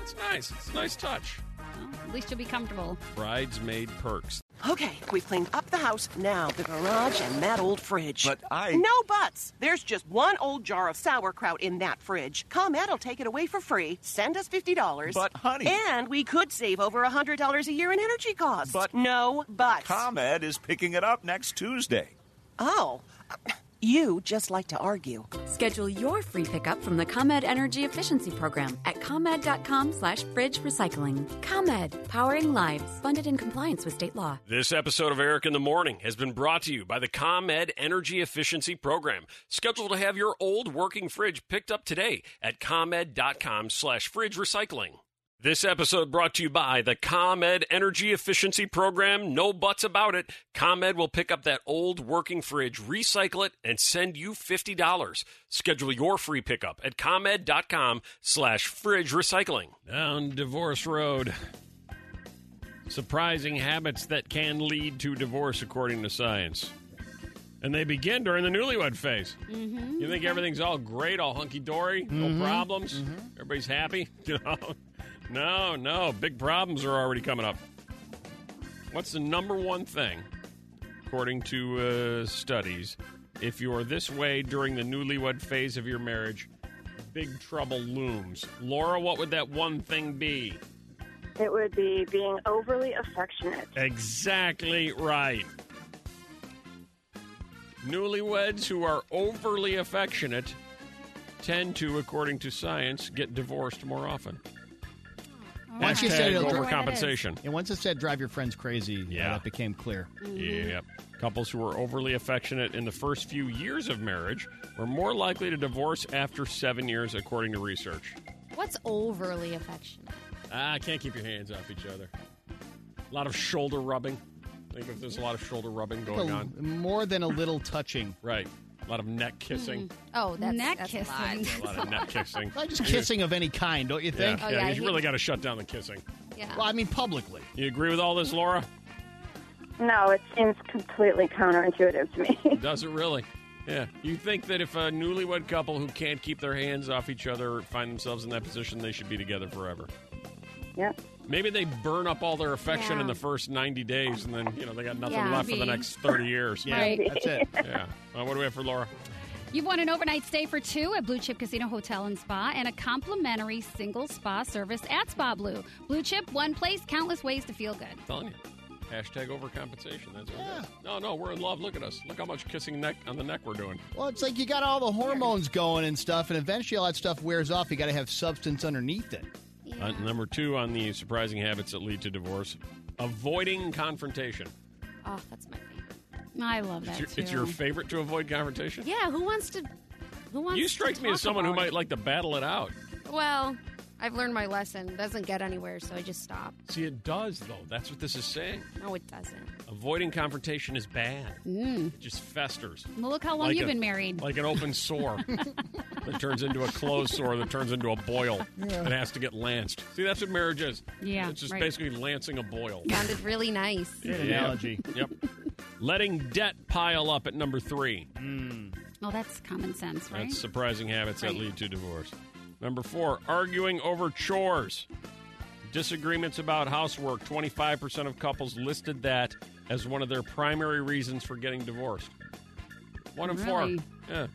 Speaker 4: That's nice. It's a nice touch.
Speaker 6: Well, at least you'll be comfortable.
Speaker 4: Bridesmaid perks.
Speaker 12: Okay, we've cleaned up the house. Now the garage and that old fridge.
Speaker 13: But I-
Speaker 12: No buts! There's just one old jar of sauerkraut in that fridge. ComEd will take it away for free. Send us $50.
Speaker 13: But, honey-
Speaker 12: And we could save over $100 a year in energy costs. But. No buts.
Speaker 13: ComEd is picking it up next Tuesday.
Speaker 12: oh. You just like to argue.
Speaker 14: Schedule your free pickup from the ComEd Energy Efficiency Program at ComEd.com slash fridge recycling. ComEd, powering lives, funded in compliance with state law.
Speaker 3: This episode of Eric in the Morning has been brought to you by the ComEd Energy Efficiency Program. Schedule to have your old working fridge picked up today at ComEd.com slash fridge recycling. This episode brought to you by the ComEd Energy Efficiency Program. No buts about it. ComEd will pick up that old working fridge, recycle it, and send you $50. Schedule your free pickup at ComEd.com slash fridge recycling.
Speaker 4: Down Divorce Road. Surprising habits that can lead to divorce, according to science. And they begin during the newlywed phase.
Speaker 6: Mm-hmm.
Speaker 4: You think everything's all great, all hunky dory,
Speaker 6: Mhm.
Speaker 4: no problems, everybody's happy? You know? No, no, big problems are already coming up. What's the number one thing, according to uh, studies, if you are this way during the newlywed phase of your marriage, big trouble looms? Laura, what would that one thing be?
Speaker 5: It would be being overly affectionate.
Speaker 4: Exactly right. Newlyweds who are overly affectionate tend to, according to science, get divorced more often.
Speaker 7: Once you said
Speaker 4: Hashtag
Speaker 7: it'll dri-
Speaker 4: overcompensation.
Speaker 7: And once it said drive your friends crazy, yeah, that became clear.
Speaker 4: Yep. Couples who were overly affectionate in the first few years of marriage were more likely to divorce after seven years, according to research.
Speaker 8: What's overly affectionate?
Speaker 4: Ah, can't keep your hands off each other. A lot of shoulder rubbing. I think if there's a lot of shoulder rubbing going
Speaker 7: A-
Speaker 4: on.
Speaker 7: More than a little touching.
Speaker 4: Right. A lot of neck kissing.
Speaker 6: Mm-hmm.
Speaker 8: Oh, that's
Speaker 6: neck
Speaker 8: that's
Speaker 6: kissing.
Speaker 8: A lot.
Speaker 4: A lot of neck kissing.
Speaker 7: Just kissing of any kind, don't you
Speaker 4: Yeah,
Speaker 7: think?
Speaker 4: yeah, you really got to shut down the kissing.
Speaker 8: Yeah.
Speaker 7: Well, I mean, publicly.
Speaker 4: You agree with all this, Laura?
Speaker 10: No, it seems completely counterintuitive to me.
Speaker 4: Does it really? Yeah. You think that if a newlywed couple who can't keep their hands off each other find themselves in that position, they should be together forever.
Speaker 10: Yep.
Speaker 4: Maybe they burn up all their affection
Speaker 10: Yeah.
Speaker 4: in the first 90 days and then, you know, they got nothing
Speaker 6: Yeah.
Speaker 4: left for the
Speaker 6: Maybe.
Speaker 4: next 30 years.
Speaker 6: Yeah, Right. that's it.
Speaker 4: Yeah. Uh, what do we have for Laura?
Speaker 6: You've won an overnight stay for two at Blue Chip Casino Hotel and Spa and a complimentary single spa service at Spa Blue. Blue Chip, one place, countless ways to feel good.
Speaker 4: telling you. Hashtag overcompensation. That's what it is. No, no, we're in love. Look at us. Look how much kissing neck on the neck we're doing.
Speaker 7: Well, it's like you got all the hormones going and stuff, and eventually all that stuff wears off. You got to have substance underneath it.
Speaker 4: Uh, number two on the surprising habits that lead to divorce avoiding confrontation.
Speaker 8: Oh, that's my favorite.
Speaker 6: I love
Speaker 4: It's
Speaker 6: that.
Speaker 4: your,
Speaker 6: too.
Speaker 4: it's your favorite to avoid confrontation?
Speaker 8: Yeah, who wants to? Who wants?
Speaker 4: You strike
Speaker 8: to
Speaker 4: me as
Speaker 8: talk
Speaker 4: someone who
Speaker 8: about
Speaker 4: might like to battle it out.
Speaker 8: it? Well, I've learned my lesson. Doesn't get anywhere, so I just stop.
Speaker 4: See, it does, though. That's what this is saying.
Speaker 8: No, it doesn't.
Speaker 4: Avoiding confrontation is bad.
Speaker 6: Mm.
Speaker 4: It just festers.
Speaker 6: Well, look how long
Speaker 4: Like
Speaker 6: you've
Speaker 4: a-
Speaker 6: been married.
Speaker 4: Like an open sore that turns into a closed sore that turns into a boil
Speaker 6: Yeah.
Speaker 4: that has to get lanced. See, that's what marriage is.
Speaker 8: Yeah,
Speaker 4: It's just
Speaker 8: right.
Speaker 4: basically lancing a boil.
Speaker 8: Sounded really nice.
Speaker 4: Yep. Yep. Letting debt pile up at number three.
Speaker 6: Oh, that's common sense, right?
Speaker 4: That's surprising habits
Speaker 6: Right.
Speaker 4: that lead to divorce. Number four, arguing over chores. Disagreements about housework. 25% of couples listed that as one of their primary reasons for getting divorced. One in
Speaker 6: Really?
Speaker 4: four. Yeah.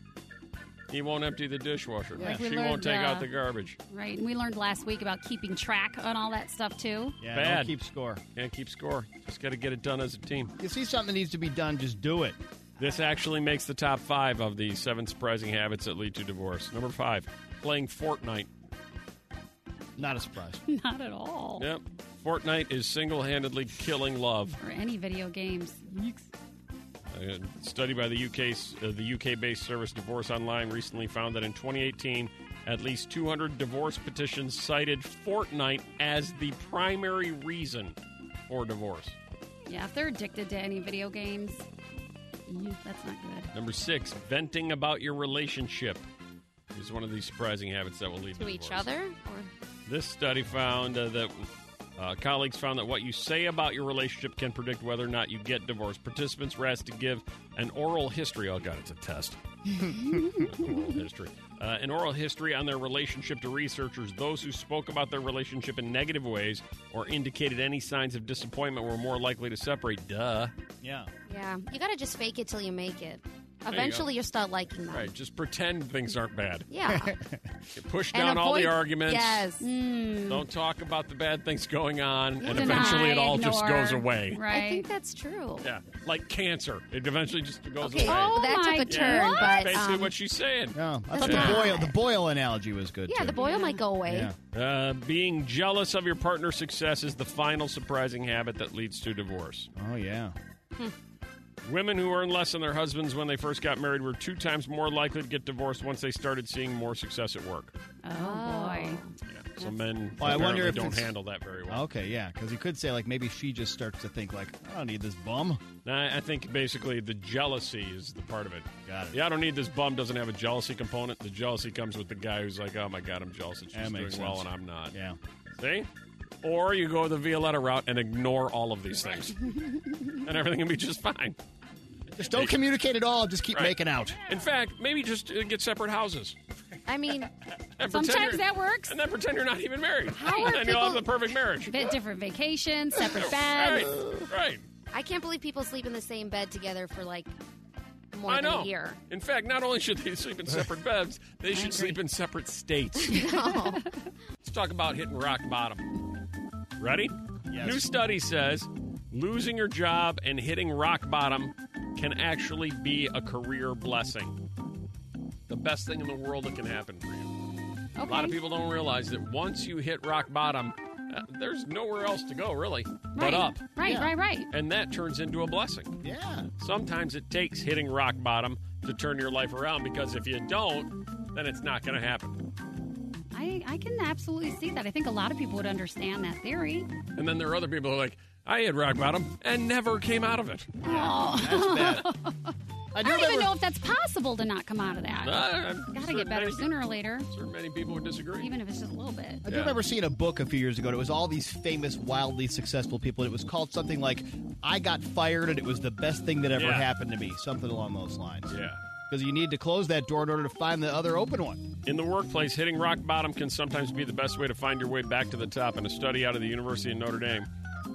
Speaker 4: He won't empty the dishwasher.
Speaker 6: Like we
Speaker 4: she won't
Speaker 6: learned,
Speaker 4: take
Speaker 6: uh,
Speaker 4: out the garbage.
Speaker 6: Right, and we learned last week about keeping track on all that stuff too.
Speaker 7: Yeah,
Speaker 4: Bad.
Speaker 7: Don't keep score.
Speaker 4: Can't keep score. Just got to get it done as a team.
Speaker 7: You see something that needs to be done, just do it.
Speaker 4: This actually makes the top five of the seven surprising habits that lead to divorce. Number five, playing Fortnite.
Speaker 7: Not a surprise.
Speaker 6: Not at all.
Speaker 4: Yep. Fortnite is single handedly killing love.
Speaker 6: Or any video games. Yeeks.
Speaker 4: A study by the UK uh, the UK-based service Divorce Online recently found that in 2018, at least 200 divorce petitions cited Fortnite as the primary reason for divorce.
Speaker 6: Yeah, if they're addicted to any video games, ew, that's not good.
Speaker 4: Number six, venting about your relationship is one of these surprising habits that will lead
Speaker 8: To each
Speaker 4: divorce.
Speaker 8: other, or
Speaker 4: This study found uh, that uh, colleagues found that what you say about your relationship can predict whether or not you get divorced. Participants were asked to give an oral history. Oh, God, it's a test. oral history. Uh, an oral history on their relationship to researchers. Those who spoke about their relationship in negative ways or indicated any signs of disappointment were more likely to separate. Duh.
Speaker 7: Yeah.
Speaker 8: yeah, you gotta just fake it till you make it.
Speaker 4: you
Speaker 8: Eventually,
Speaker 4: go.
Speaker 8: you will start liking them.
Speaker 4: Right. Just pretend things aren't bad.
Speaker 8: Yeah.
Speaker 4: Push
Speaker 8: And
Speaker 4: down all the
Speaker 8: avoid-
Speaker 4: arguments.
Speaker 8: Yes.
Speaker 6: Mm,
Speaker 4: Don't talk about the bad things going on, and
Speaker 8: Yeah.
Speaker 4: eventually it all just
Speaker 8: Deny,
Speaker 4: goes
Speaker 8: ignore.
Speaker 4: away.
Speaker 8: I think that's true.
Speaker 4: Yeah, like cancer. It eventually just goes
Speaker 8: Okay,
Speaker 4: away.
Speaker 8: Oh that took my a turn,
Speaker 4: Yeah,
Speaker 8: but,
Speaker 4: that's basically
Speaker 8: um,
Speaker 4: what she's saying.
Speaker 7: No, I
Speaker 4: That's
Speaker 7: thought
Speaker 4: not-
Speaker 7: the boil the boil analogy was good.
Speaker 8: Yeah,
Speaker 7: too.
Speaker 8: the boil might go away.
Speaker 7: Yeah.
Speaker 4: Uh, being jealous of your partner's success is the final surprising habit that leads to divorce.
Speaker 7: Oh yeah.
Speaker 4: Women who earned less than their husbands when they first got married were two times more likely to get divorced once they started seeing more success at work.
Speaker 6: Oh, boy.
Speaker 8: Oh.
Speaker 4: So men
Speaker 7: Well, I wonder
Speaker 4: apparently
Speaker 7: if
Speaker 4: don't
Speaker 7: it's-
Speaker 4: handle that very well.
Speaker 7: Okay, yeah, because you could say like maybe she just starts to think like I don't need this bum.
Speaker 4: I I think basically the jealousy is the part of it. Got it. Yeah, I don't need this bum. Doesn't have a jealousy component. The jealousy comes with the guy who's like, oh my god, I'm jealous that she's
Speaker 7: That
Speaker 4: doing
Speaker 7: makes
Speaker 4: well
Speaker 7: sense.
Speaker 4: and I'm not.
Speaker 7: Yeah.
Speaker 4: See. Or you go the Violetta route and ignore all of these things, and everything will be just fine.
Speaker 7: Just don't communicate at all. Just keep
Speaker 4: Right.
Speaker 7: making out.
Speaker 4: In fact, maybe just uh, get separate houses.
Speaker 8: I mean,
Speaker 4: And pretend
Speaker 6: Sometimes
Speaker 4: you're-
Speaker 6: that works.
Speaker 4: And then pretend you're not even married.
Speaker 8: How are
Speaker 4: and you'll have the
Speaker 8: people-
Speaker 4: perfect marriage.
Speaker 6: Bit different vacations, separate
Speaker 4: Right,
Speaker 6: beds.
Speaker 4: right.
Speaker 8: I can't believe people sleep in the same bed together for like more
Speaker 4: I
Speaker 8: than
Speaker 4: know.
Speaker 8: a year.
Speaker 4: In fact, not only should they sleep in separate beds, they should sleep in separate states. Let's talk about hitting rock bottom. Ready?
Speaker 7: Yes.
Speaker 4: New study says losing your job and hitting rock bottom can actually be a career blessing. The best thing in the world that can happen for you. A lot of people don't realize that once you hit rock bottom, Uh, there's nowhere else to go, really, but up.
Speaker 6: Right, right, right.
Speaker 4: And that turns into a blessing.
Speaker 7: Yeah.
Speaker 4: Sometimes it takes hitting rock bottom to turn your life around because if you don't, then it's not going to happen.
Speaker 6: I, I can absolutely see that. I think a lot of people would understand that theory.
Speaker 4: And then there are other people who are like, I hit rock bottom and never came out of it.
Speaker 6: I, don't even know if that's possible to not come out of that.
Speaker 4: Uh, I'm
Speaker 6: Gotta
Speaker 4: certain
Speaker 6: get better
Speaker 4: many-
Speaker 6: sooner or later,
Speaker 4: certain many people would disagree.
Speaker 6: even if it's just a little bit.
Speaker 7: I do remember seeing a book a few years ago. And it was all these famous, wildly successful people. And it was called something like "I Got Fired" and it was the best thing that ever
Speaker 4: Yeah.
Speaker 7: happened to me. Something along those lines.
Speaker 4: Yeah.
Speaker 7: Because you need to close that door in order to find the other open one.
Speaker 4: In the workplace, hitting rock bottom can sometimes be the best way to find your way back to the top. In a study out of the University of Notre Dame,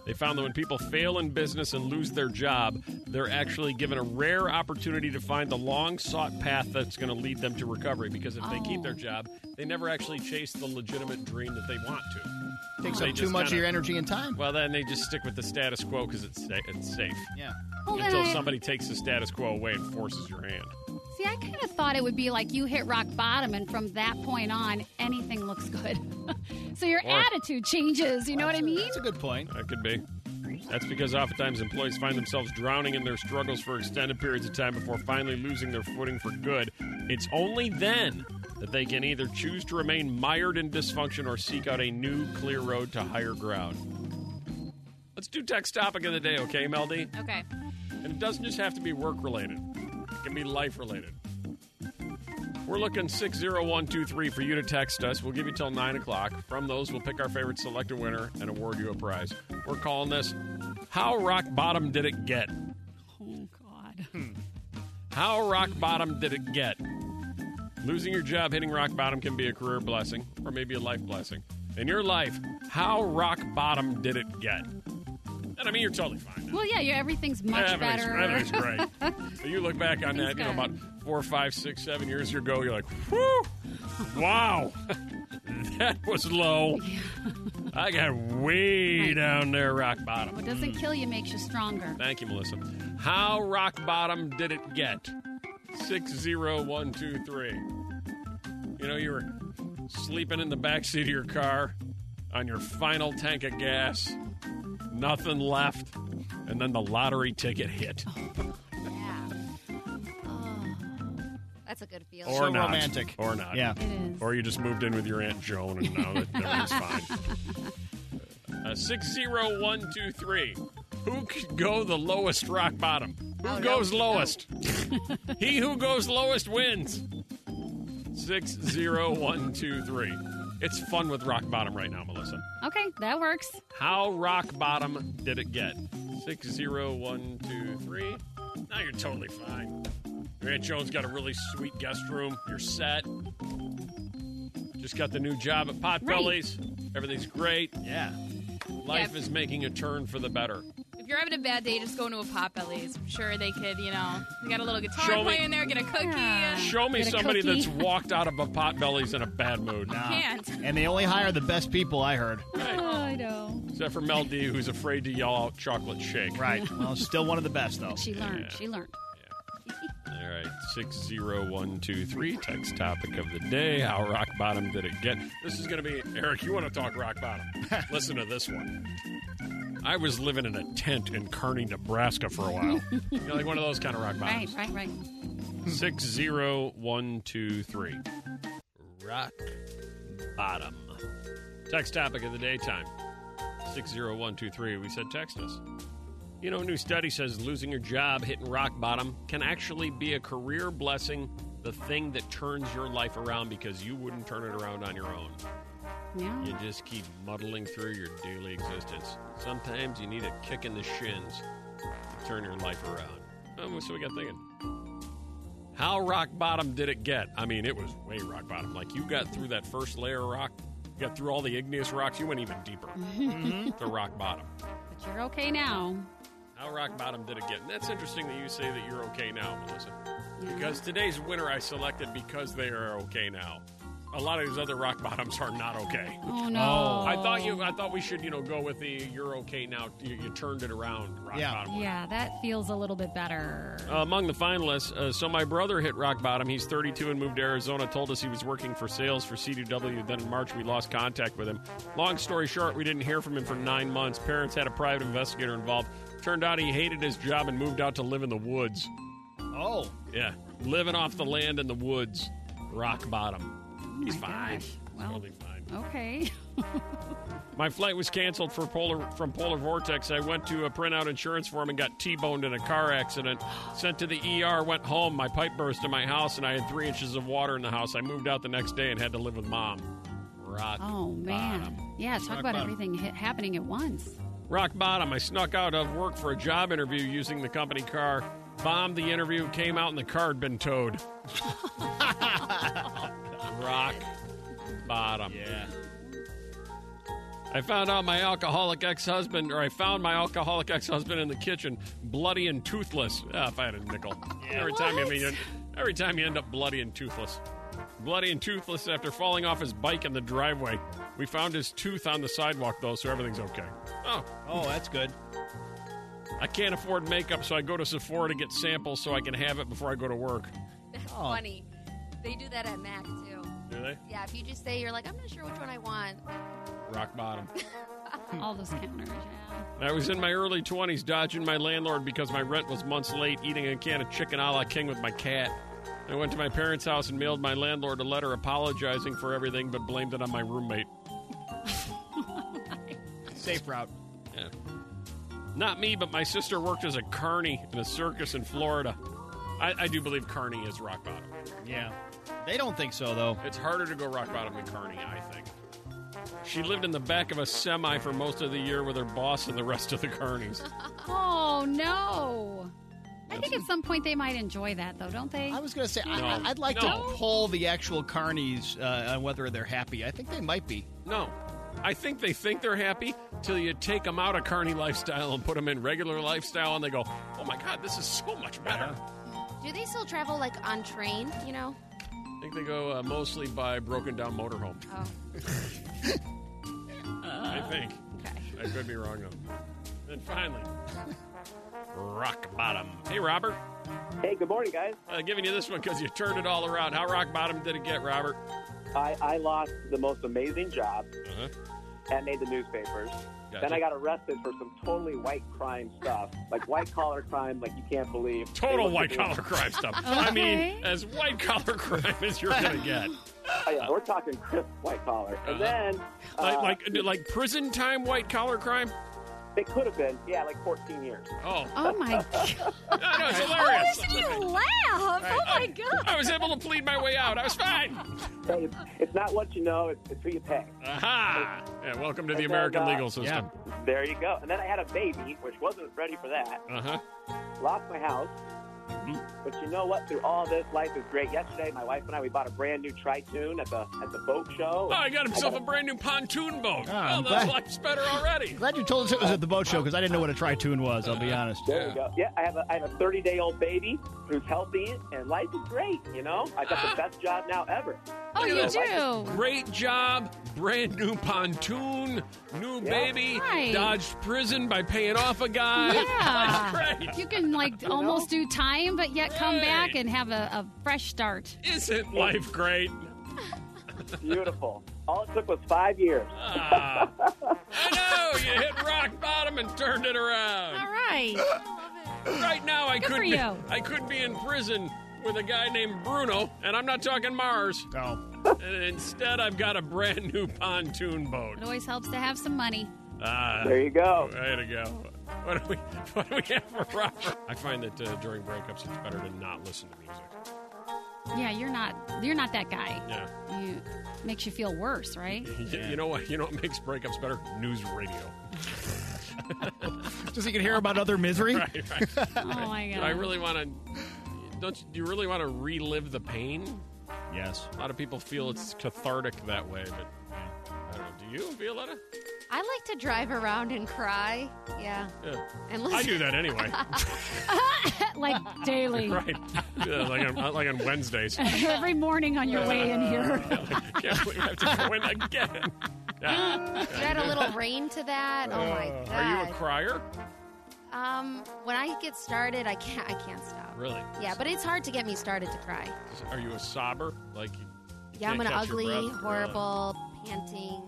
Speaker 4: they found that when people fail in business and lose their job, they're actually given a rare opportunity to find the long sought path that's going to lead them to recovery. Because if they keep their
Speaker 7: Oh.
Speaker 4: job, they never actually chase the legitimate dream that they want to.
Speaker 7: Takes
Speaker 4: They
Speaker 7: up too
Speaker 4: just
Speaker 7: much of
Speaker 4: kinda-
Speaker 7: your energy and time.
Speaker 4: Well, then they just stick with the status quo because it's, sa- it's safe.
Speaker 7: Yeah.
Speaker 6: Well, then
Speaker 4: Until
Speaker 6: I-
Speaker 4: somebody takes the status quo away and forces your hand.
Speaker 6: See, I kind of thought it would be like you hit rock bottom, and from that point on, anything looks good. so your
Speaker 4: Or-
Speaker 6: attitude changes. You know what I mean?
Speaker 7: That's a good point.
Speaker 4: That could be. That's because oftentimes employees find themselves drowning in their struggles for extended periods of time before finally losing their footing for good. It's only then that they can either choose to remain mired in dysfunction or seek out a new, clear road to higher ground. Let's do text topic of the day, okay, Melody?
Speaker 9: Okay.
Speaker 4: And it doesn't just have to be work related, it can be life related. We're looking 60123 for you to text us. We'll give you till 9 o'clock. From those, we'll pick our favorite select a winner and award you a prize. We're calling this How Rock Bottom Did It Get?
Speaker 6: Oh God.
Speaker 4: How rock bottom did it get? Losing your job hitting rock bottom can be a career blessing or maybe a life blessing. In your life, how rock bottom did it get? And I mean, you're totally fine.
Speaker 6: Well, yeah, your everything's much
Speaker 4: everything's,
Speaker 6: better.
Speaker 4: everything's great. But you look back on that, you know, about four, five, six, seven years ago, you're like, whew, wow, that was low. I got way down there, rock bottom.
Speaker 6: what doesn't kill you makes you stronger.
Speaker 4: Thank you, Melissa. How rock bottom did it get? 60123. You know, you were sleeping in the backseat of your car on your final tank of gas, nothing left, and then the lottery ticket hit.
Speaker 6: Oh,
Speaker 8: That's a good feeling.
Speaker 4: Or
Speaker 7: So
Speaker 4: not.
Speaker 7: romantic.
Speaker 4: Or not.
Speaker 7: Yeah.
Speaker 4: Or you just moved in with your Aunt Joan and now that everything's fine. Uh, 60123. Who could go the lowest rock bottom? Who goes lowest? he who goes lowest wins. 60123. It's fun with rock bottom right now, Melissa.
Speaker 6: Okay, that works.
Speaker 4: How rock bottom did it get? 60123. Now you're totally fine. Your Aunt Joan's got a really sweet guest room. You're set. Just got the new job at Potbellies. Everything's great. Yeah. Life
Speaker 9: Yeah.
Speaker 4: is making a turn for the better.
Speaker 9: If you're having a bad day, just go into a pop bellies. I'm sure they could, you know, they got a little guitar
Speaker 4: Show me-
Speaker 9: playing there, get a cookie. and-
Speaker 4: Show me
Speaker 9: Get a
Speaker 4: somebody
Speaker 9: cookie.
Speaker 4: that's walked out of a Potbellies in a bad mood.
Speaker 9: Can't.
Speaker 7: And they only hire the best people, I heard.
Speaker 6: Oh, I know.
Speaker 4: Except for Mel D, who's afraid to yell out chocolate shake.
Speaker 7: Right. Well, still one of the best, though.
Speaker 6: She learned.
Speaker 4: Yeah.
Speaker 6: She learned.
Speaker 4: All right, 60123, text topic of the day. How rock bottom did it get? This is going to be, Eric, you want to talk rock bottom? Listen to this one. I was living in a tent in Kearney, Nebraska for a while. you know, like one of those kind of rock
Speaker 6: Right, right,
Speaker 4: bottoms.
Speaker 6: right.
Speaker 4: 60123, rock bottom. Text topic of the day time 60123. We said text us. You know, a new study says losing your job, hitting rock bottom, can actually be a career blessing, the thing that turns your life around because you wouldn't turn it around on your own.
Speaker 6: Yeah.
Speaker 4: You just keep muddling through your daily existence. Sometimes you need a kick in the shins to turn your life around. Um, so we got thinking. How rock bottom did it get? I mean, it was way rock bottom. Like you got through that first layer of rock, you got through all the igneous rocks, you went even deeper to rock bottom.
Speaker 6: But you're okay now.
Speaker 4: How rock bottom did it get? And that's interesting that you say that you're okay now, Melissa. Because today's winner I selected because they are okay now. a lot of these other rock bottoms are not okay.
Speaker 6: Oh, no. Oh.
Speaker 4: I thought you. I thought we should you know go with the you're okay now. You, you turned it around. Rock
Speaker 6: yeah.
Speaker 4: bottom.
Speaker 6: Yeah, that feels a little bit better.
Speaker 4: Uh, among the finalists, uh, so my brother hit rock bottom. He's 32 and moved to Arizona. Told us he was working for sales for CDW. Then in March, we lost contact with him. Long story short, we didn't hear from him for nine months. Parents had a private investigator involved. Turned out he hated his job and moved out to live in the woods.
Speaker 7: Oh.
Speaker 4: Yeah, living off the land in the woods. Rock bottom. He's fine.
Speaker 6: Well,
Speaker 4: Totally fine.
Speaker 6: Oh. okay.
Speaker 4: My flight was canceled for polar, from Polar Vortex. I went to a printout insurance form and got T-boned in a car accident. Sent to the ER, went home. My pipe burst in my house, and I had three inches of water in the house. I moved out the next day and had to live with mom. Rock.
Speaker 6: Oh, man. Yeah, talk
Speaker 4: Rock
Speaker 6: about
Speaker 4: bottom.
Speaker 6: everything hi- happening at once.
Speaker 4: Rock bottom. I snuck out of work for a job interview using the company car. Bombed the interview. Came out, and the car had been towed. Rock bottom. Yeah. I found out my alcoholic ex-husband, or I found my alcoholic ex-husband in the kitchen, bloody and toothless. Ah, if I had a nickel. Every time you I mean, every time you end up bloody and toothless. Bloody and toothless after falling off his bike in the driveway. We found his tooth on the sidewalk though, so everything's okay. Oh,
Speaker 7: oh, that's good.
Speaker 4: I can't afford makeup, so I go to Sephora to get samples so I can have it before I go to work.
Speaker 8: That's
Speaker 4: Oh.
Speaker 8: funny. They do that at Mac too.
Speaker 4: Do they?
Speaker 8: Yeah, if you just say you're like, I'm not sure which one I want.
Speaker 4: Rock bottom.
Speaker 6: All those counters.
Speaker 4: I was in my early 20s dodging my landlord because my rent was months late, eating a can of chicken a la king with my cat. I went to my parents' house and mailed my landlord a letter apologizing for everything but blamed it on my roommate.
Speaker 7: Safe route.
Speaker 4: Yeah. Not me, but my sister worked as a carny in a circus in Florida. I, I do believe carny is rock bottom.
Speaker 7: Yeah. They don't think so, though.
Speaker 4: It's harder to go rock bottom than carny, I think. She lived in the back of a semi for most of the year with her boss and the rest of the carnies.
Speaker 6: Oh, no. I think at some point they might enjoy that, though, don't they? I
Speaker 7: was going to say,
Speaker 4: No.
Speaker 7: I, I'd like
Speaker 4: No.
Speaker 7: to poll the actual carnies uh, on whether they're happy. I think they might be.
Speaker 4: No. I think they think they're happy till you take them out of carny lifestyle and put them in regular lifestyle, and they go, "Oh my God, this is so much better."
Speaker 8: Do they still travel like on train? You know?
Speaker 4: I think they go uh, mostly by broken down motorhome.
Speaker 8: Oh.
Speaker 6: Oh.
Speaker 4: I think. I could be wrong though. Then finally, rock bottom. Hey, Robert.
Speaker 15: Hey, good morning, guys.
Speaker 4: Uh, giving you this one because you turned it all around. How rock bottom did it get, Robert?
Speaker 15: I, I lost the most amazing job
Speaker 4: Uh-huh.
Speaker 15: and made the newspapers.
Speaker 4: Gotcha.
Speaker 15: Then I got arrested for some totally white crime stuff, like white collar crime, like you can't believe. They
Speaker 4: Total
Speaker 15: looked
Speaker 4: white
Speaker 15: at me-
Speaker 4: collar crime stuff. I mean, as white collar crime as you're gonna get.
Speaker 15: Oh, yeah, we're talking crisp white collar. And then, uh,
Speaker 4: Uh-huh. like, like like prison time white collar crime.
Speaker 15: It could have been, yeah, like 14 years.
Speaker 4: Oh.
Speaker 6: Oh my god.
Speaker 4: no, it's hilarious.
Speaker 6: Oh, listen, you laugh.
Speaker 4: Right.
Speaker 6: Oh my god.
Speaker 4: I was able to plead my way out. I was fine.
Speaker 15: Hey, it's, it's not what you know, it's, it's who you pay.
Speaker 4: Aha! Yeah, welcome to the
Speaker 15: And then,
Speaker 4: American
Speaker 15: uh,
Speaker 4: legal system.
Speaker 15: There you go. And then I had a baby, which wasn't ready for that.
Speaker 4: Uh huh.
Speaker 15: lost my house.
Speaker 4: Mm-hmm.
Speaker 15: But you know what? Through all this, life is great. Yesterday, my wife and I we bought a brand new tritune at the at the boat
Speaker 4: Oh,
Speaker 15: show.
Speaker 4: I got himself a brand new pontoon boat.
Speaker 7: Ah,
Speaker 4: oh,
Speaker 7: I'm
Speaker 4: that's
Speaker 7: glad-
Speaker 4: life's better already.
Speaker 7: Glad you told us it was at the boat show because I didn't know what a tritune was, I'll be honest.
Speaker 15: There you go. Yeah, I have a I have a 30 day old baby who's healthy, and life is great. You know, I got the best job now ever.
Speaker 6: Oh,
Speaker 4: Look at
Speaker 6: you
Speaker 4: this.
Speaker 6: do.
Speaker 4: Great job. Brand new pontoon. New
Speaker 6: Yeah.
Speaker 4: baby.
Speaker 6: Right.
Speaker 4: Dodged prison by paying off a guy.
Speaker 6: Yeah.
Speaker 4: That's great.
Speaker 6: You can like almost do time, but yet come back and have a, a fresh start.
Speaker 4: Isn't life great?
Speaker 15: Beautiful. All it took was five years.
Speaker 4: Ah. I know. You hit rock bottom and turned it around.
Speaker 6: All right.
Speaker 4: Right now, I
Speaker 6: Good
Speaker 4: could
Speaker 6: for
Speaker 4: be,
Speaker 6: you.
Speaker 4: I could be in prison with a guy named Bruno, and I'm not talking Mars.
Speaker 7: No.
Speaker 4: And instead, I've got a brand new pontoon boat.
Speaker 6: It always helps to have some money.
Speaker 4: Ah,
Speaker 15: There you go.
Speaker 4: Way to go. What do we What do we have for Robert? I find that uh, during breakups, it's better to not listen to music.
Speaker 6: Yeah, you're not you're not that guy.
Speaker 4: Yeah.
Speaker 6: You makes you feel worse, right?
Speaker 4: You- You know what? You know what makes breakups better? News radio.
Speaker 7: Just so you can hear about other misery.
Speaker 4: Right, right.
Speaker 6: Oh my
Speaker 4: Do I
Speaker 6: god.
Speaker 4: really want to? Don't you, do you really want to relive the pain?
Speaker 7: Yes.
Speaker 4: A lot of people feel it's cathartic that way, but I don't know. Do you, Violetta?
Speaker 8: I like to drive around and cry. Yeah.
Speaker 4: Yeah.
Speaker 8: And
Speaker 4: I do that anyway.
Speaker 16: like daily.
Speaker 4: right. Yeah, like, on, like on Wednesdays.
Speaker 16: Every morning on your way in here.
Speaker 4: Can't believe I have to go in again. Yeah.
Speaker 8: You add a little rain to that. Oh my
Speaker 4: Uh,
Speaker 8: god.
Speaker 4: Are you a crier?
Speaker 8: Um, when I get started, I can't. I can't stop.
Speaker 4: Really?
Speaker 8: Yeah, but it's hard to get me started to cry.
Speaker 4: Are you a sobber? Like, you
Speaker 8: Yeah, I'm
Speaker 4: can't
Speaker 8: an
Speaker 4: catch your
Speaker 8: ugly,
Speaker 4: breath? Uh,
Speaker 8: horrible, panting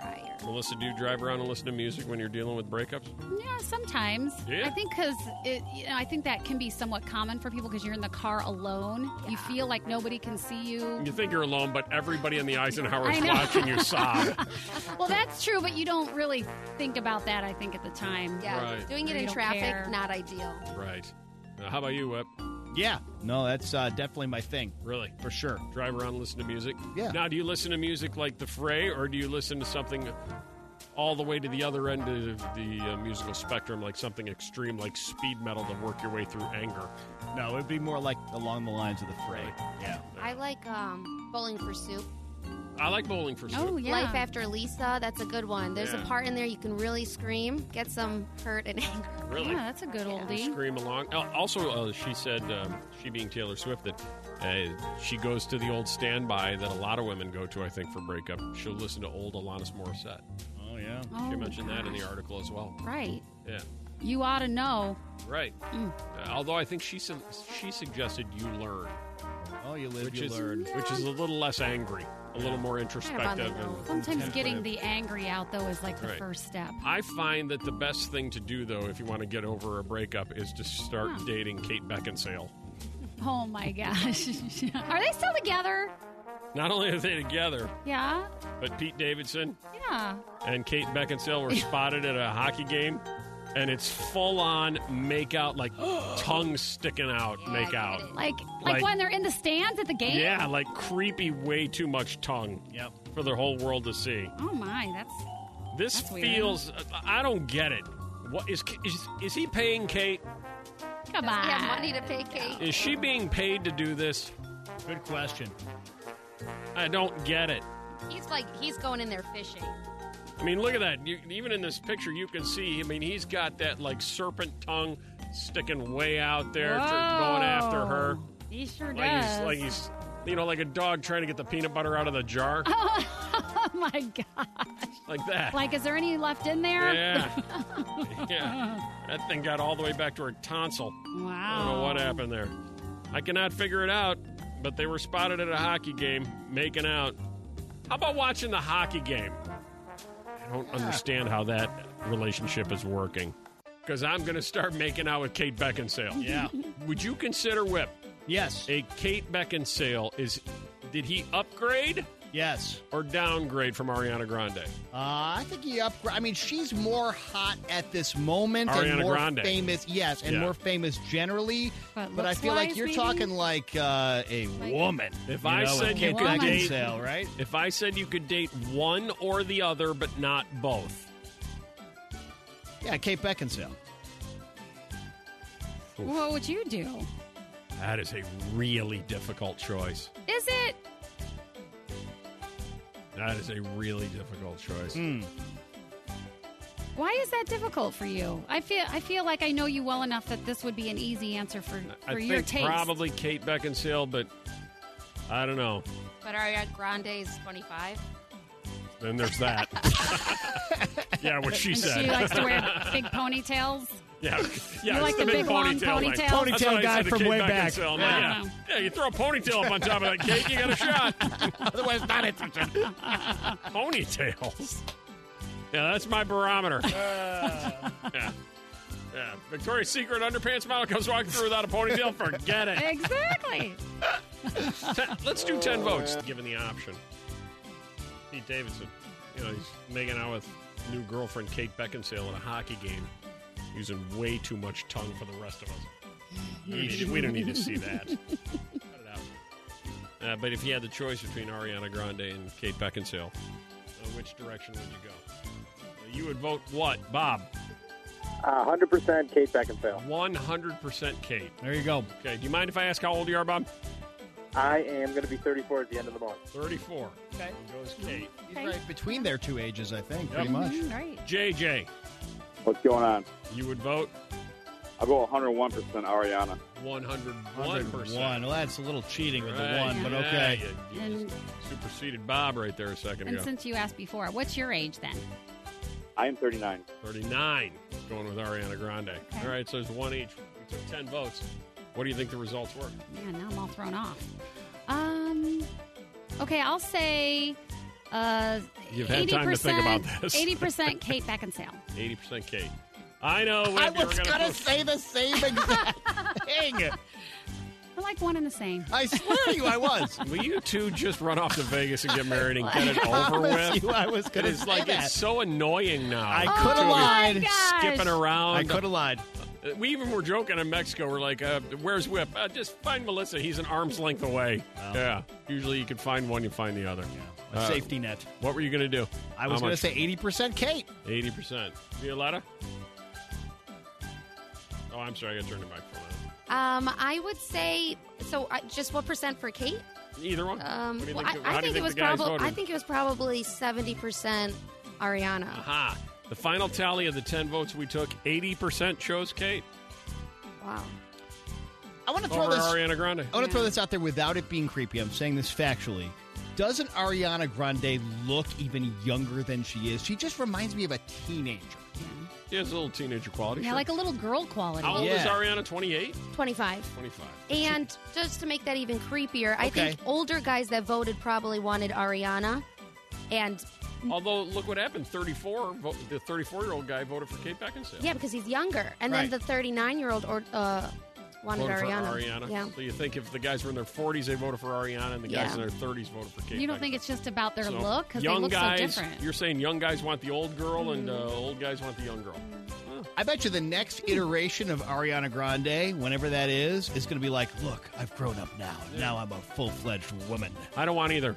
Speaker 8: crier.
Speaker 4: Really? Melissa, do you drive around and listen to music when you're dealing with breakups?
Speaker 6: Yeah, sometimes.
Speaker 4: Yeah.
Speaker 6: I think because it, you know, I think that can be somewhat common for people because you're in the car alone. You feel like nobody can see you.
Speaker 4: You think you're alone, but everybody in the Eisenhower
Speaker 6: I
Speaker 4: is
Speaker 6: know.
Speaker 4: watching you sob.
Speaker 6: Well, that's true, but you don't really think about that. I think at the time.
Speaker 4: Yeah, Right.
Speaker 8: Doing it in traffic, not ideal.
Speaker 4: right. Now, how about you, Whip?
Speaker 7: Yeah. No, that's uh, definitely my thing.
Speaker 4: Really?
Speaker 7: For sure.
Speaker 4: Drive around, and listen to music.
Speaker 7: Yeah.
Speaker 4: Now, do you listen to music like the Fray, or do you listen to something all the way to the other end of the uh, musical spectrum, like something extreme, like speed metal, to work your way through anger?
Speaker 7: No, it would be more like along the lines of the fray. Yeah.
Speaker 8: I like um, bowling for soup.
Speaker 4: I like bowling for
Speaker 6: Oh,
Speaker 4: soup.
Speaker 8: Life after Lisa. That's a good one. There's
Speaker 4: Yeah.
Speaker 8: a part in there you can really scream, get some hurt and anger.
Speaker 4: Really? Yeah,
Speaker 6: that's a good
Speaker 4: You scream along. Al- Also, uh, she said, um, she being Taylor Swift, that uh, she goes to the old standby that a lot of women go to, I think, for breakup. She'll listen to old Alanis Morissette.
Speaker 7: Oh, yeah.
Speaker 4: she
Speaker 6: Oh,
Speaker 4: mentioned that in the
Speaker 6: gosh.
Speaker 4: article as well.
Speaker 6: Right.
Speaker 4: Yeah,
Speaker 6: You ought to know.
Speaker 4: right.
Speaker 16: Mm.
Speaker 4: Uh, although I think she su- she suggested you learn.
Speaker 7: Oh, you live,
Speaker 4: which
Speaker 7: you
Speaker 4: is,
Speaker 7: learn.
Speaker 4: Which is a little less angry, a little more introspective. and
Speaker 16: Sometimes
Speaker 4: and
Speaker 16: getting
Speaker 4: creative.
Speaker 16: the angry out though is like the
Speaker 4: Right.
Speaker 16: first step.
Speaker 4: I find that the best thing to do, though, if you want to get over a breakup, is to start
Speaker 16: Huh.
Speaker 4: dating Kate Beckinsale.
Speaker 16: Oh my gosh. Are they still together?
Speaker 4: Not only are they together,
Speaker 16: Yeah.
Speaker 4: but Pete Davidson
Speaker 16: Yeah.
Speaker 4: and Kate Beckinsale were spotted at a hockey game, and it's full on make out, like tongue sticking out, make out.
Speaker 16: Like, like
Speaker 4: Like-
Speaker 16: when they're in the stands at the game?
Speaker 4: Yeah, like creepy, way too much tongue
Speaker 7: yep.
Speaker 4: for the whole world to see.
Speaker 16: Oh my, that's
Speaker 4: This
Speaker 16: That's weird.
Speaker 4: feels. I don't get it. What is, is is he paying Kate?
Speaker 16: come on.
Speaker 8: Does he have money to pay Kate?
Speaker 4: Is she being paid to do this?
Speaker 7: Good question.
Speaker 4: I don't get it.
Speaker 8: He's like he's going in there fishing.
Speaker 4: I mean, look at that. You, even in this picture, you can see. I mean, he's got that like serpent tongue sticking way out there, tr- going after her.
Speaker 16: He sure
Speaker 4: like
Speaker 16: does.
Speaker 4: he's like he's you know like a dog trying to get the peanut butter out of the jar
Speaker 16: oh my god.
Speaker 4: like that.
Speaker 16: Like, is there any left in there?
Speaker 4: yeah, yeah. That thing got all the way back to her tonsil. I don't know
Speaker 16: Wow.
Speaker 4: what happened there. I cannot figure it out, but they were spotted at a hockey game making out. How about watching the hockey game? I don't understand how that relationship is working. Because I'm going to start making out with Kate Beckinsale.
Speaker 7: Yeah.
Speaker 4: Would you consider Whip
Speaker 7: Yes.
Speaker 4: a Kate Beckinsale? Is did he upgrade
Speaker 7: Yes.
Speaker 4: or downgrade from Ariana Grande?
Speaker 7: Uh, I think he up. I mean, she's more hot at this moment and
Speaker 4: Ariana
Speaker 7: more
Speaker 4: Grande.
Speaker 7: famous. Yes, and
Speaker 4: Yeah.
Speaker 7: more famous generally. But,
Speaker 16: But
Speaker 7: I feel like
Speaker 16: looks-wise,
Speaker 7: you're
Speaker 16: maybe?
Speaker 7: talking like uh, a woman.
Speaker 4: If
Speaker 7: you
Speaker 4: I
Speaker 7: know, with
Speaker 4: said you
Speaker 7: Kate
Speaker 4: could date,
Speaker 7: Beckinsale, right?
Speaker 4: If I said you could date one or the other, but not both,
Speaker 7: Yeah, Kate Beckinsale.
Speaker 16: What would you do?
Speaker 4: that is a really difficult choice.
Speaker 16: Is it?
Speaker 4: That is a really difficult choice.
Speaker 7: Hmm.
Speaker 16: Why is that difficult for you? I feel I feel like I know you well enough that this would be an easy answer for, for
Speaker 4: I
Speaker 16: your
Speaker 4: think
Speaker 16: taste.
Speaker 4: probably Kate Beckinsale, but I don't know.
Speaker 8: But Ariana Grande's 25.
Speaker 4: Then there's that. yeah, what she
Speaker 16: and
Speaker 4: said.
Speaker 16: she likes to wear big ponytails.
Speaker 4: yeah, yeah,
Speaker 16: like
Speaker 4: it's
Speaker 16: the big, long
Speaker 4: like-
Speaker 16: ponytails?
Speaker 4: That's what I
Speaker 7: Ponytail guy
Speaker 4: said to
Speaker 7: from
Speaker 4: Kate
Speaker 7: way back.
Speaker 4: Beckinsale. I'm
Speaker 16: I
Speaker 4: like,
Speaker 16: don't
Speaker 4: yeah, yeah, you throw a ponytail up on top of that cake, you got a shot.
Speaker 7: Otherwise, not interested.
Speaker 4: ponytails. Yeah, that's my barometer.
Speaker 7: Uh.
Speaker 4: yeah. Yeah. Victoria's Secret underpants model comes walking through without a ponytail. Forget it.
Speaker 16: Exactly.
Speaker 4: Ten- let's do 10 votes, given the option. Pete Davidson, you know, he's making out with new girlfriend Kate Beckinsale at a hockey game, using way too much tongue for the rest of us. We don't need to- we don't need to see that. Cut it out. Uh, but if you had the choice between Ariana Grande and Kate Beckinsale, uh, which direction would you go? Uh, you would vote what, Bob?
Speaker 11: Uh, 100% Kate Beckinsale.
Speaker 4: 100% Kate.
Speaker 7: There you go.
Speaker 4: Okay, do you mind if I ask how old you are, Bob?
Speaker 11: I am going to be 34 at the end of the month.
Speaker 4: 34. Okay. Goes Kate.
Speaker 7: He's right between their two ages, I think, pretty
Speaker 4: Yep.
Speaker 7: much.
Speaker 16: Right.
Speaker 4: JJ,
Speaker 17: What's going on?
Speaker 4: You would vote?
Speaker 17: I'll go 101% Ariana.
Speaker 4: 101%.
Speaker 7: 101. Well, that's a little cheating with the
Speaker 4: Right,
Speaker 7: one, but
Speaker 4: yeah,
Speaker 7: okay.
Speaker 4: you- you just superseded Bob right there a second
Speaker 16: And
Speaker 4: ago.
Speaker 16: since you asked before, what's your age then?
Speaker 17: I am 39.
Speaker 4: 39. Going with Ariana Grande. All right, so there's one each. We took 10 votes. What do you think the results were?
Speaker 16: Yeah, now I'm all thrown off. Um, okay, I'll say uh,
Speaker 4: You've had time to think about this.
Speaker 16: 80% Kate Beckinsale.
Speaker 4: 80% Kate. I know.
Speaker 16: I
Speaker 4: Webb, you were
Speaker 16: was
Speaker 4: gonna
Speaker 16: gonna
Speaker 4: vote.
Speaker 7: Say the same exact thing.
Speaker 16: We're like one and the same.
Speaker 7: I swear to you, I was.
Speaker 4: Will you two just run off to Vegas and get married and get it
Speaker 7: I
Speaker 4: over
Speaker 7: promise
Speaker 4: with?
Speaker 7: you I was gonna
Speaker 4: It is
Speaker 7: say
Speaker 4: like
Speaker 7: that.
Speaker 4: it's so annoying now.
Speaker 7: I
Speaker 4: The
Speaker 7: coulda
Speaker 4: two of you
Speaker 7: lied. Oh my
Speaker 4: Skipping
Speaker 7: gosh.
Speaker 4: around.
Speaker 7: I coulda lied.
Speaker 4: Uh, We even were joking in Mexico. We're like, uh, "Where's Whip? Uh, just find Melissa. He's an arm's length away."
Speaker 7: Oh.
Speaker 4: Yeah. Usually, you can find one, you find the other.
Speaker 7: A safety net.
Speaker 4: What were you going to do?
Speaker 7: I was going to say 80% Kate.
Speaker 4: eighty percent. Violetta. Oh, I'm sorry. I got to turn the microphone on.
Speaker 8: Um, I would say so. I, just what percent for Kate?
Speaker 4: Either one.
Speaker 8: Um,
Speaker 4: What do you
Speaker 8: well,
Speaker 4: think-
Speaker 8: I,
Speaker 4: how
Speaker 8: I
Speaker 4: do
Speaker 8: think it
Speaker 4: you think
Speaker 8: was
Speaker 4: the guys
Speaker 8: probably.
Speaker 4: voted?
Speaker 8: I think it was probably seventy percent Ariana.
Speaker 4: Aha. The final tally of the ten votes we took, eighty percent chose Kate
Speaker 8: Wow.
Speaker 7: I want to throw
Speaker 4: over
Speaker 7: this.
Speaker 4: Ariana Grande.
Speaker 7: I want to throw this out there without it being creepy. I'm saying this factually. Doesn't Ariana Grande look even younger than she is? She just reminds me of a teenager.
Speaker 4: She has a little teenager quality.
Speaker 8: Yeah,
Speaker 4: sure.
Speaker 8: like a
Speaker 16: little girl quality.
Speaker 4: How old is
Speaker 7: Yeah.
Speaker 4: Ariana? 28?
Speaker 8: Twenty-five.
Speaker 4: 25.
Speaker 8: And just to make that even creepier, I
Speaker 4: Okay.
Speaker 8: think older guys that voted probably wanted Ariana, and
Speaker 4: Although, look what happened. 34, vo- the 34 year old guy voted for Kate Beckinsale.
Speaker 8: yeah, because he's younger. And
Speaker 4: Right.
Speaker 8: then the thirty-nine-year-old or uh, wanted
Speaker 4: voted
Speaker 8: Ariana.
Speaker 4: For Ariana.
Speaker 8: Yeah.
Speaker 4: So you think if the guys were in their 40s, they voted for Ariana, and the guys
Speaker 8: Yeah.
Speaker 4: in their 30s voted for Kate
Speaker 16: You don't
Speaker 4: Beckinsale.
Speaker 16: think it's just about their
Speaker 4: So,
Speaker 16: look? Because they
Speaker 4: young
Speaker 16: look
Speaker 4: guys,
Speaker 16: so different. Mm-hmm.
Speaker 4: You're saying young guys want the old girl, and uh, old guys want the young girl.
Speaker 7: I bet you the next iteration of Ariana Grande, whenever that is, is going to be like, look, I've grown up now. Now I'm a full fledged woman.
Speaker 4: I don't want either.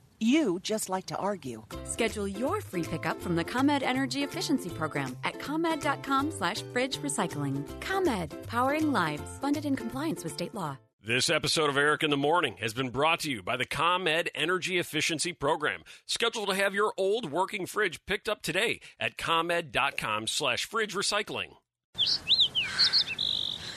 Speaker 12: You just like to argue.
Speaker 14: Schedule your free pickup from the ComEd Energy Efficiency Program at ComEd.com slash fridge recycling. ComEd, powering lives, funded in compliance with state law.
Speaker 3: This episode of Eric in the Morning has been brought to you by the ComEd Energy Efficiency Program. Schedule to have your old working fridge picked up today at ComEd.com slash fridge recycling.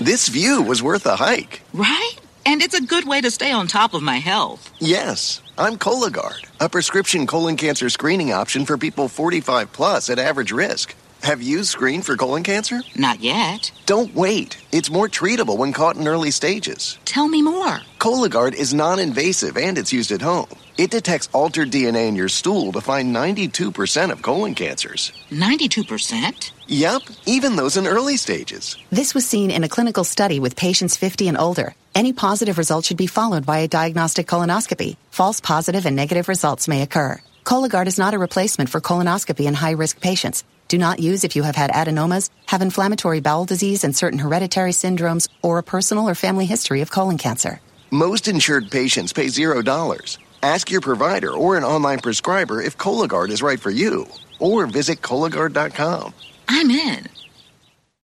Speaker 1: This view was worth a hike.
Speaker 2: Right? And it's a good way to stay on top of my health.
Speaker 1: Yes, I'm Cologuard, a prescription colon cancer screening option for people 45 plus at average risk. Have you screened for colon cancer?
Speaker 2: Not yet.
Speaker 1: Don't wait. It's more treatable when caught in early stages.
Speaker 2: Tell me more.
Speaker 1: Cologuard is non invasive and it's used at home. It detects altered DNA in your stool to find 92% of colon cancers.
Speaker 2: 92%?
Speaker 1: Yep, even those in early stages.
Speaker 18: This was seen in a clinical study with patients 50 and older. Any positive result should be followed by a diagnostic colonoscopy. False positive and negative results may occur. Cologuard is not a replacement for colonoscopy in high risk patients. Do not use if you have had adenomas, have inflammatory bowel disease and certain hereditary syndromes, or a personal or family history of colon cancer.
Speaker 1: Most insured patients pay zero dollars. Ask your provider or an online prescriber if Cologuard is right for you, or visit Cologuard.com.
Speaker 2: I'm in.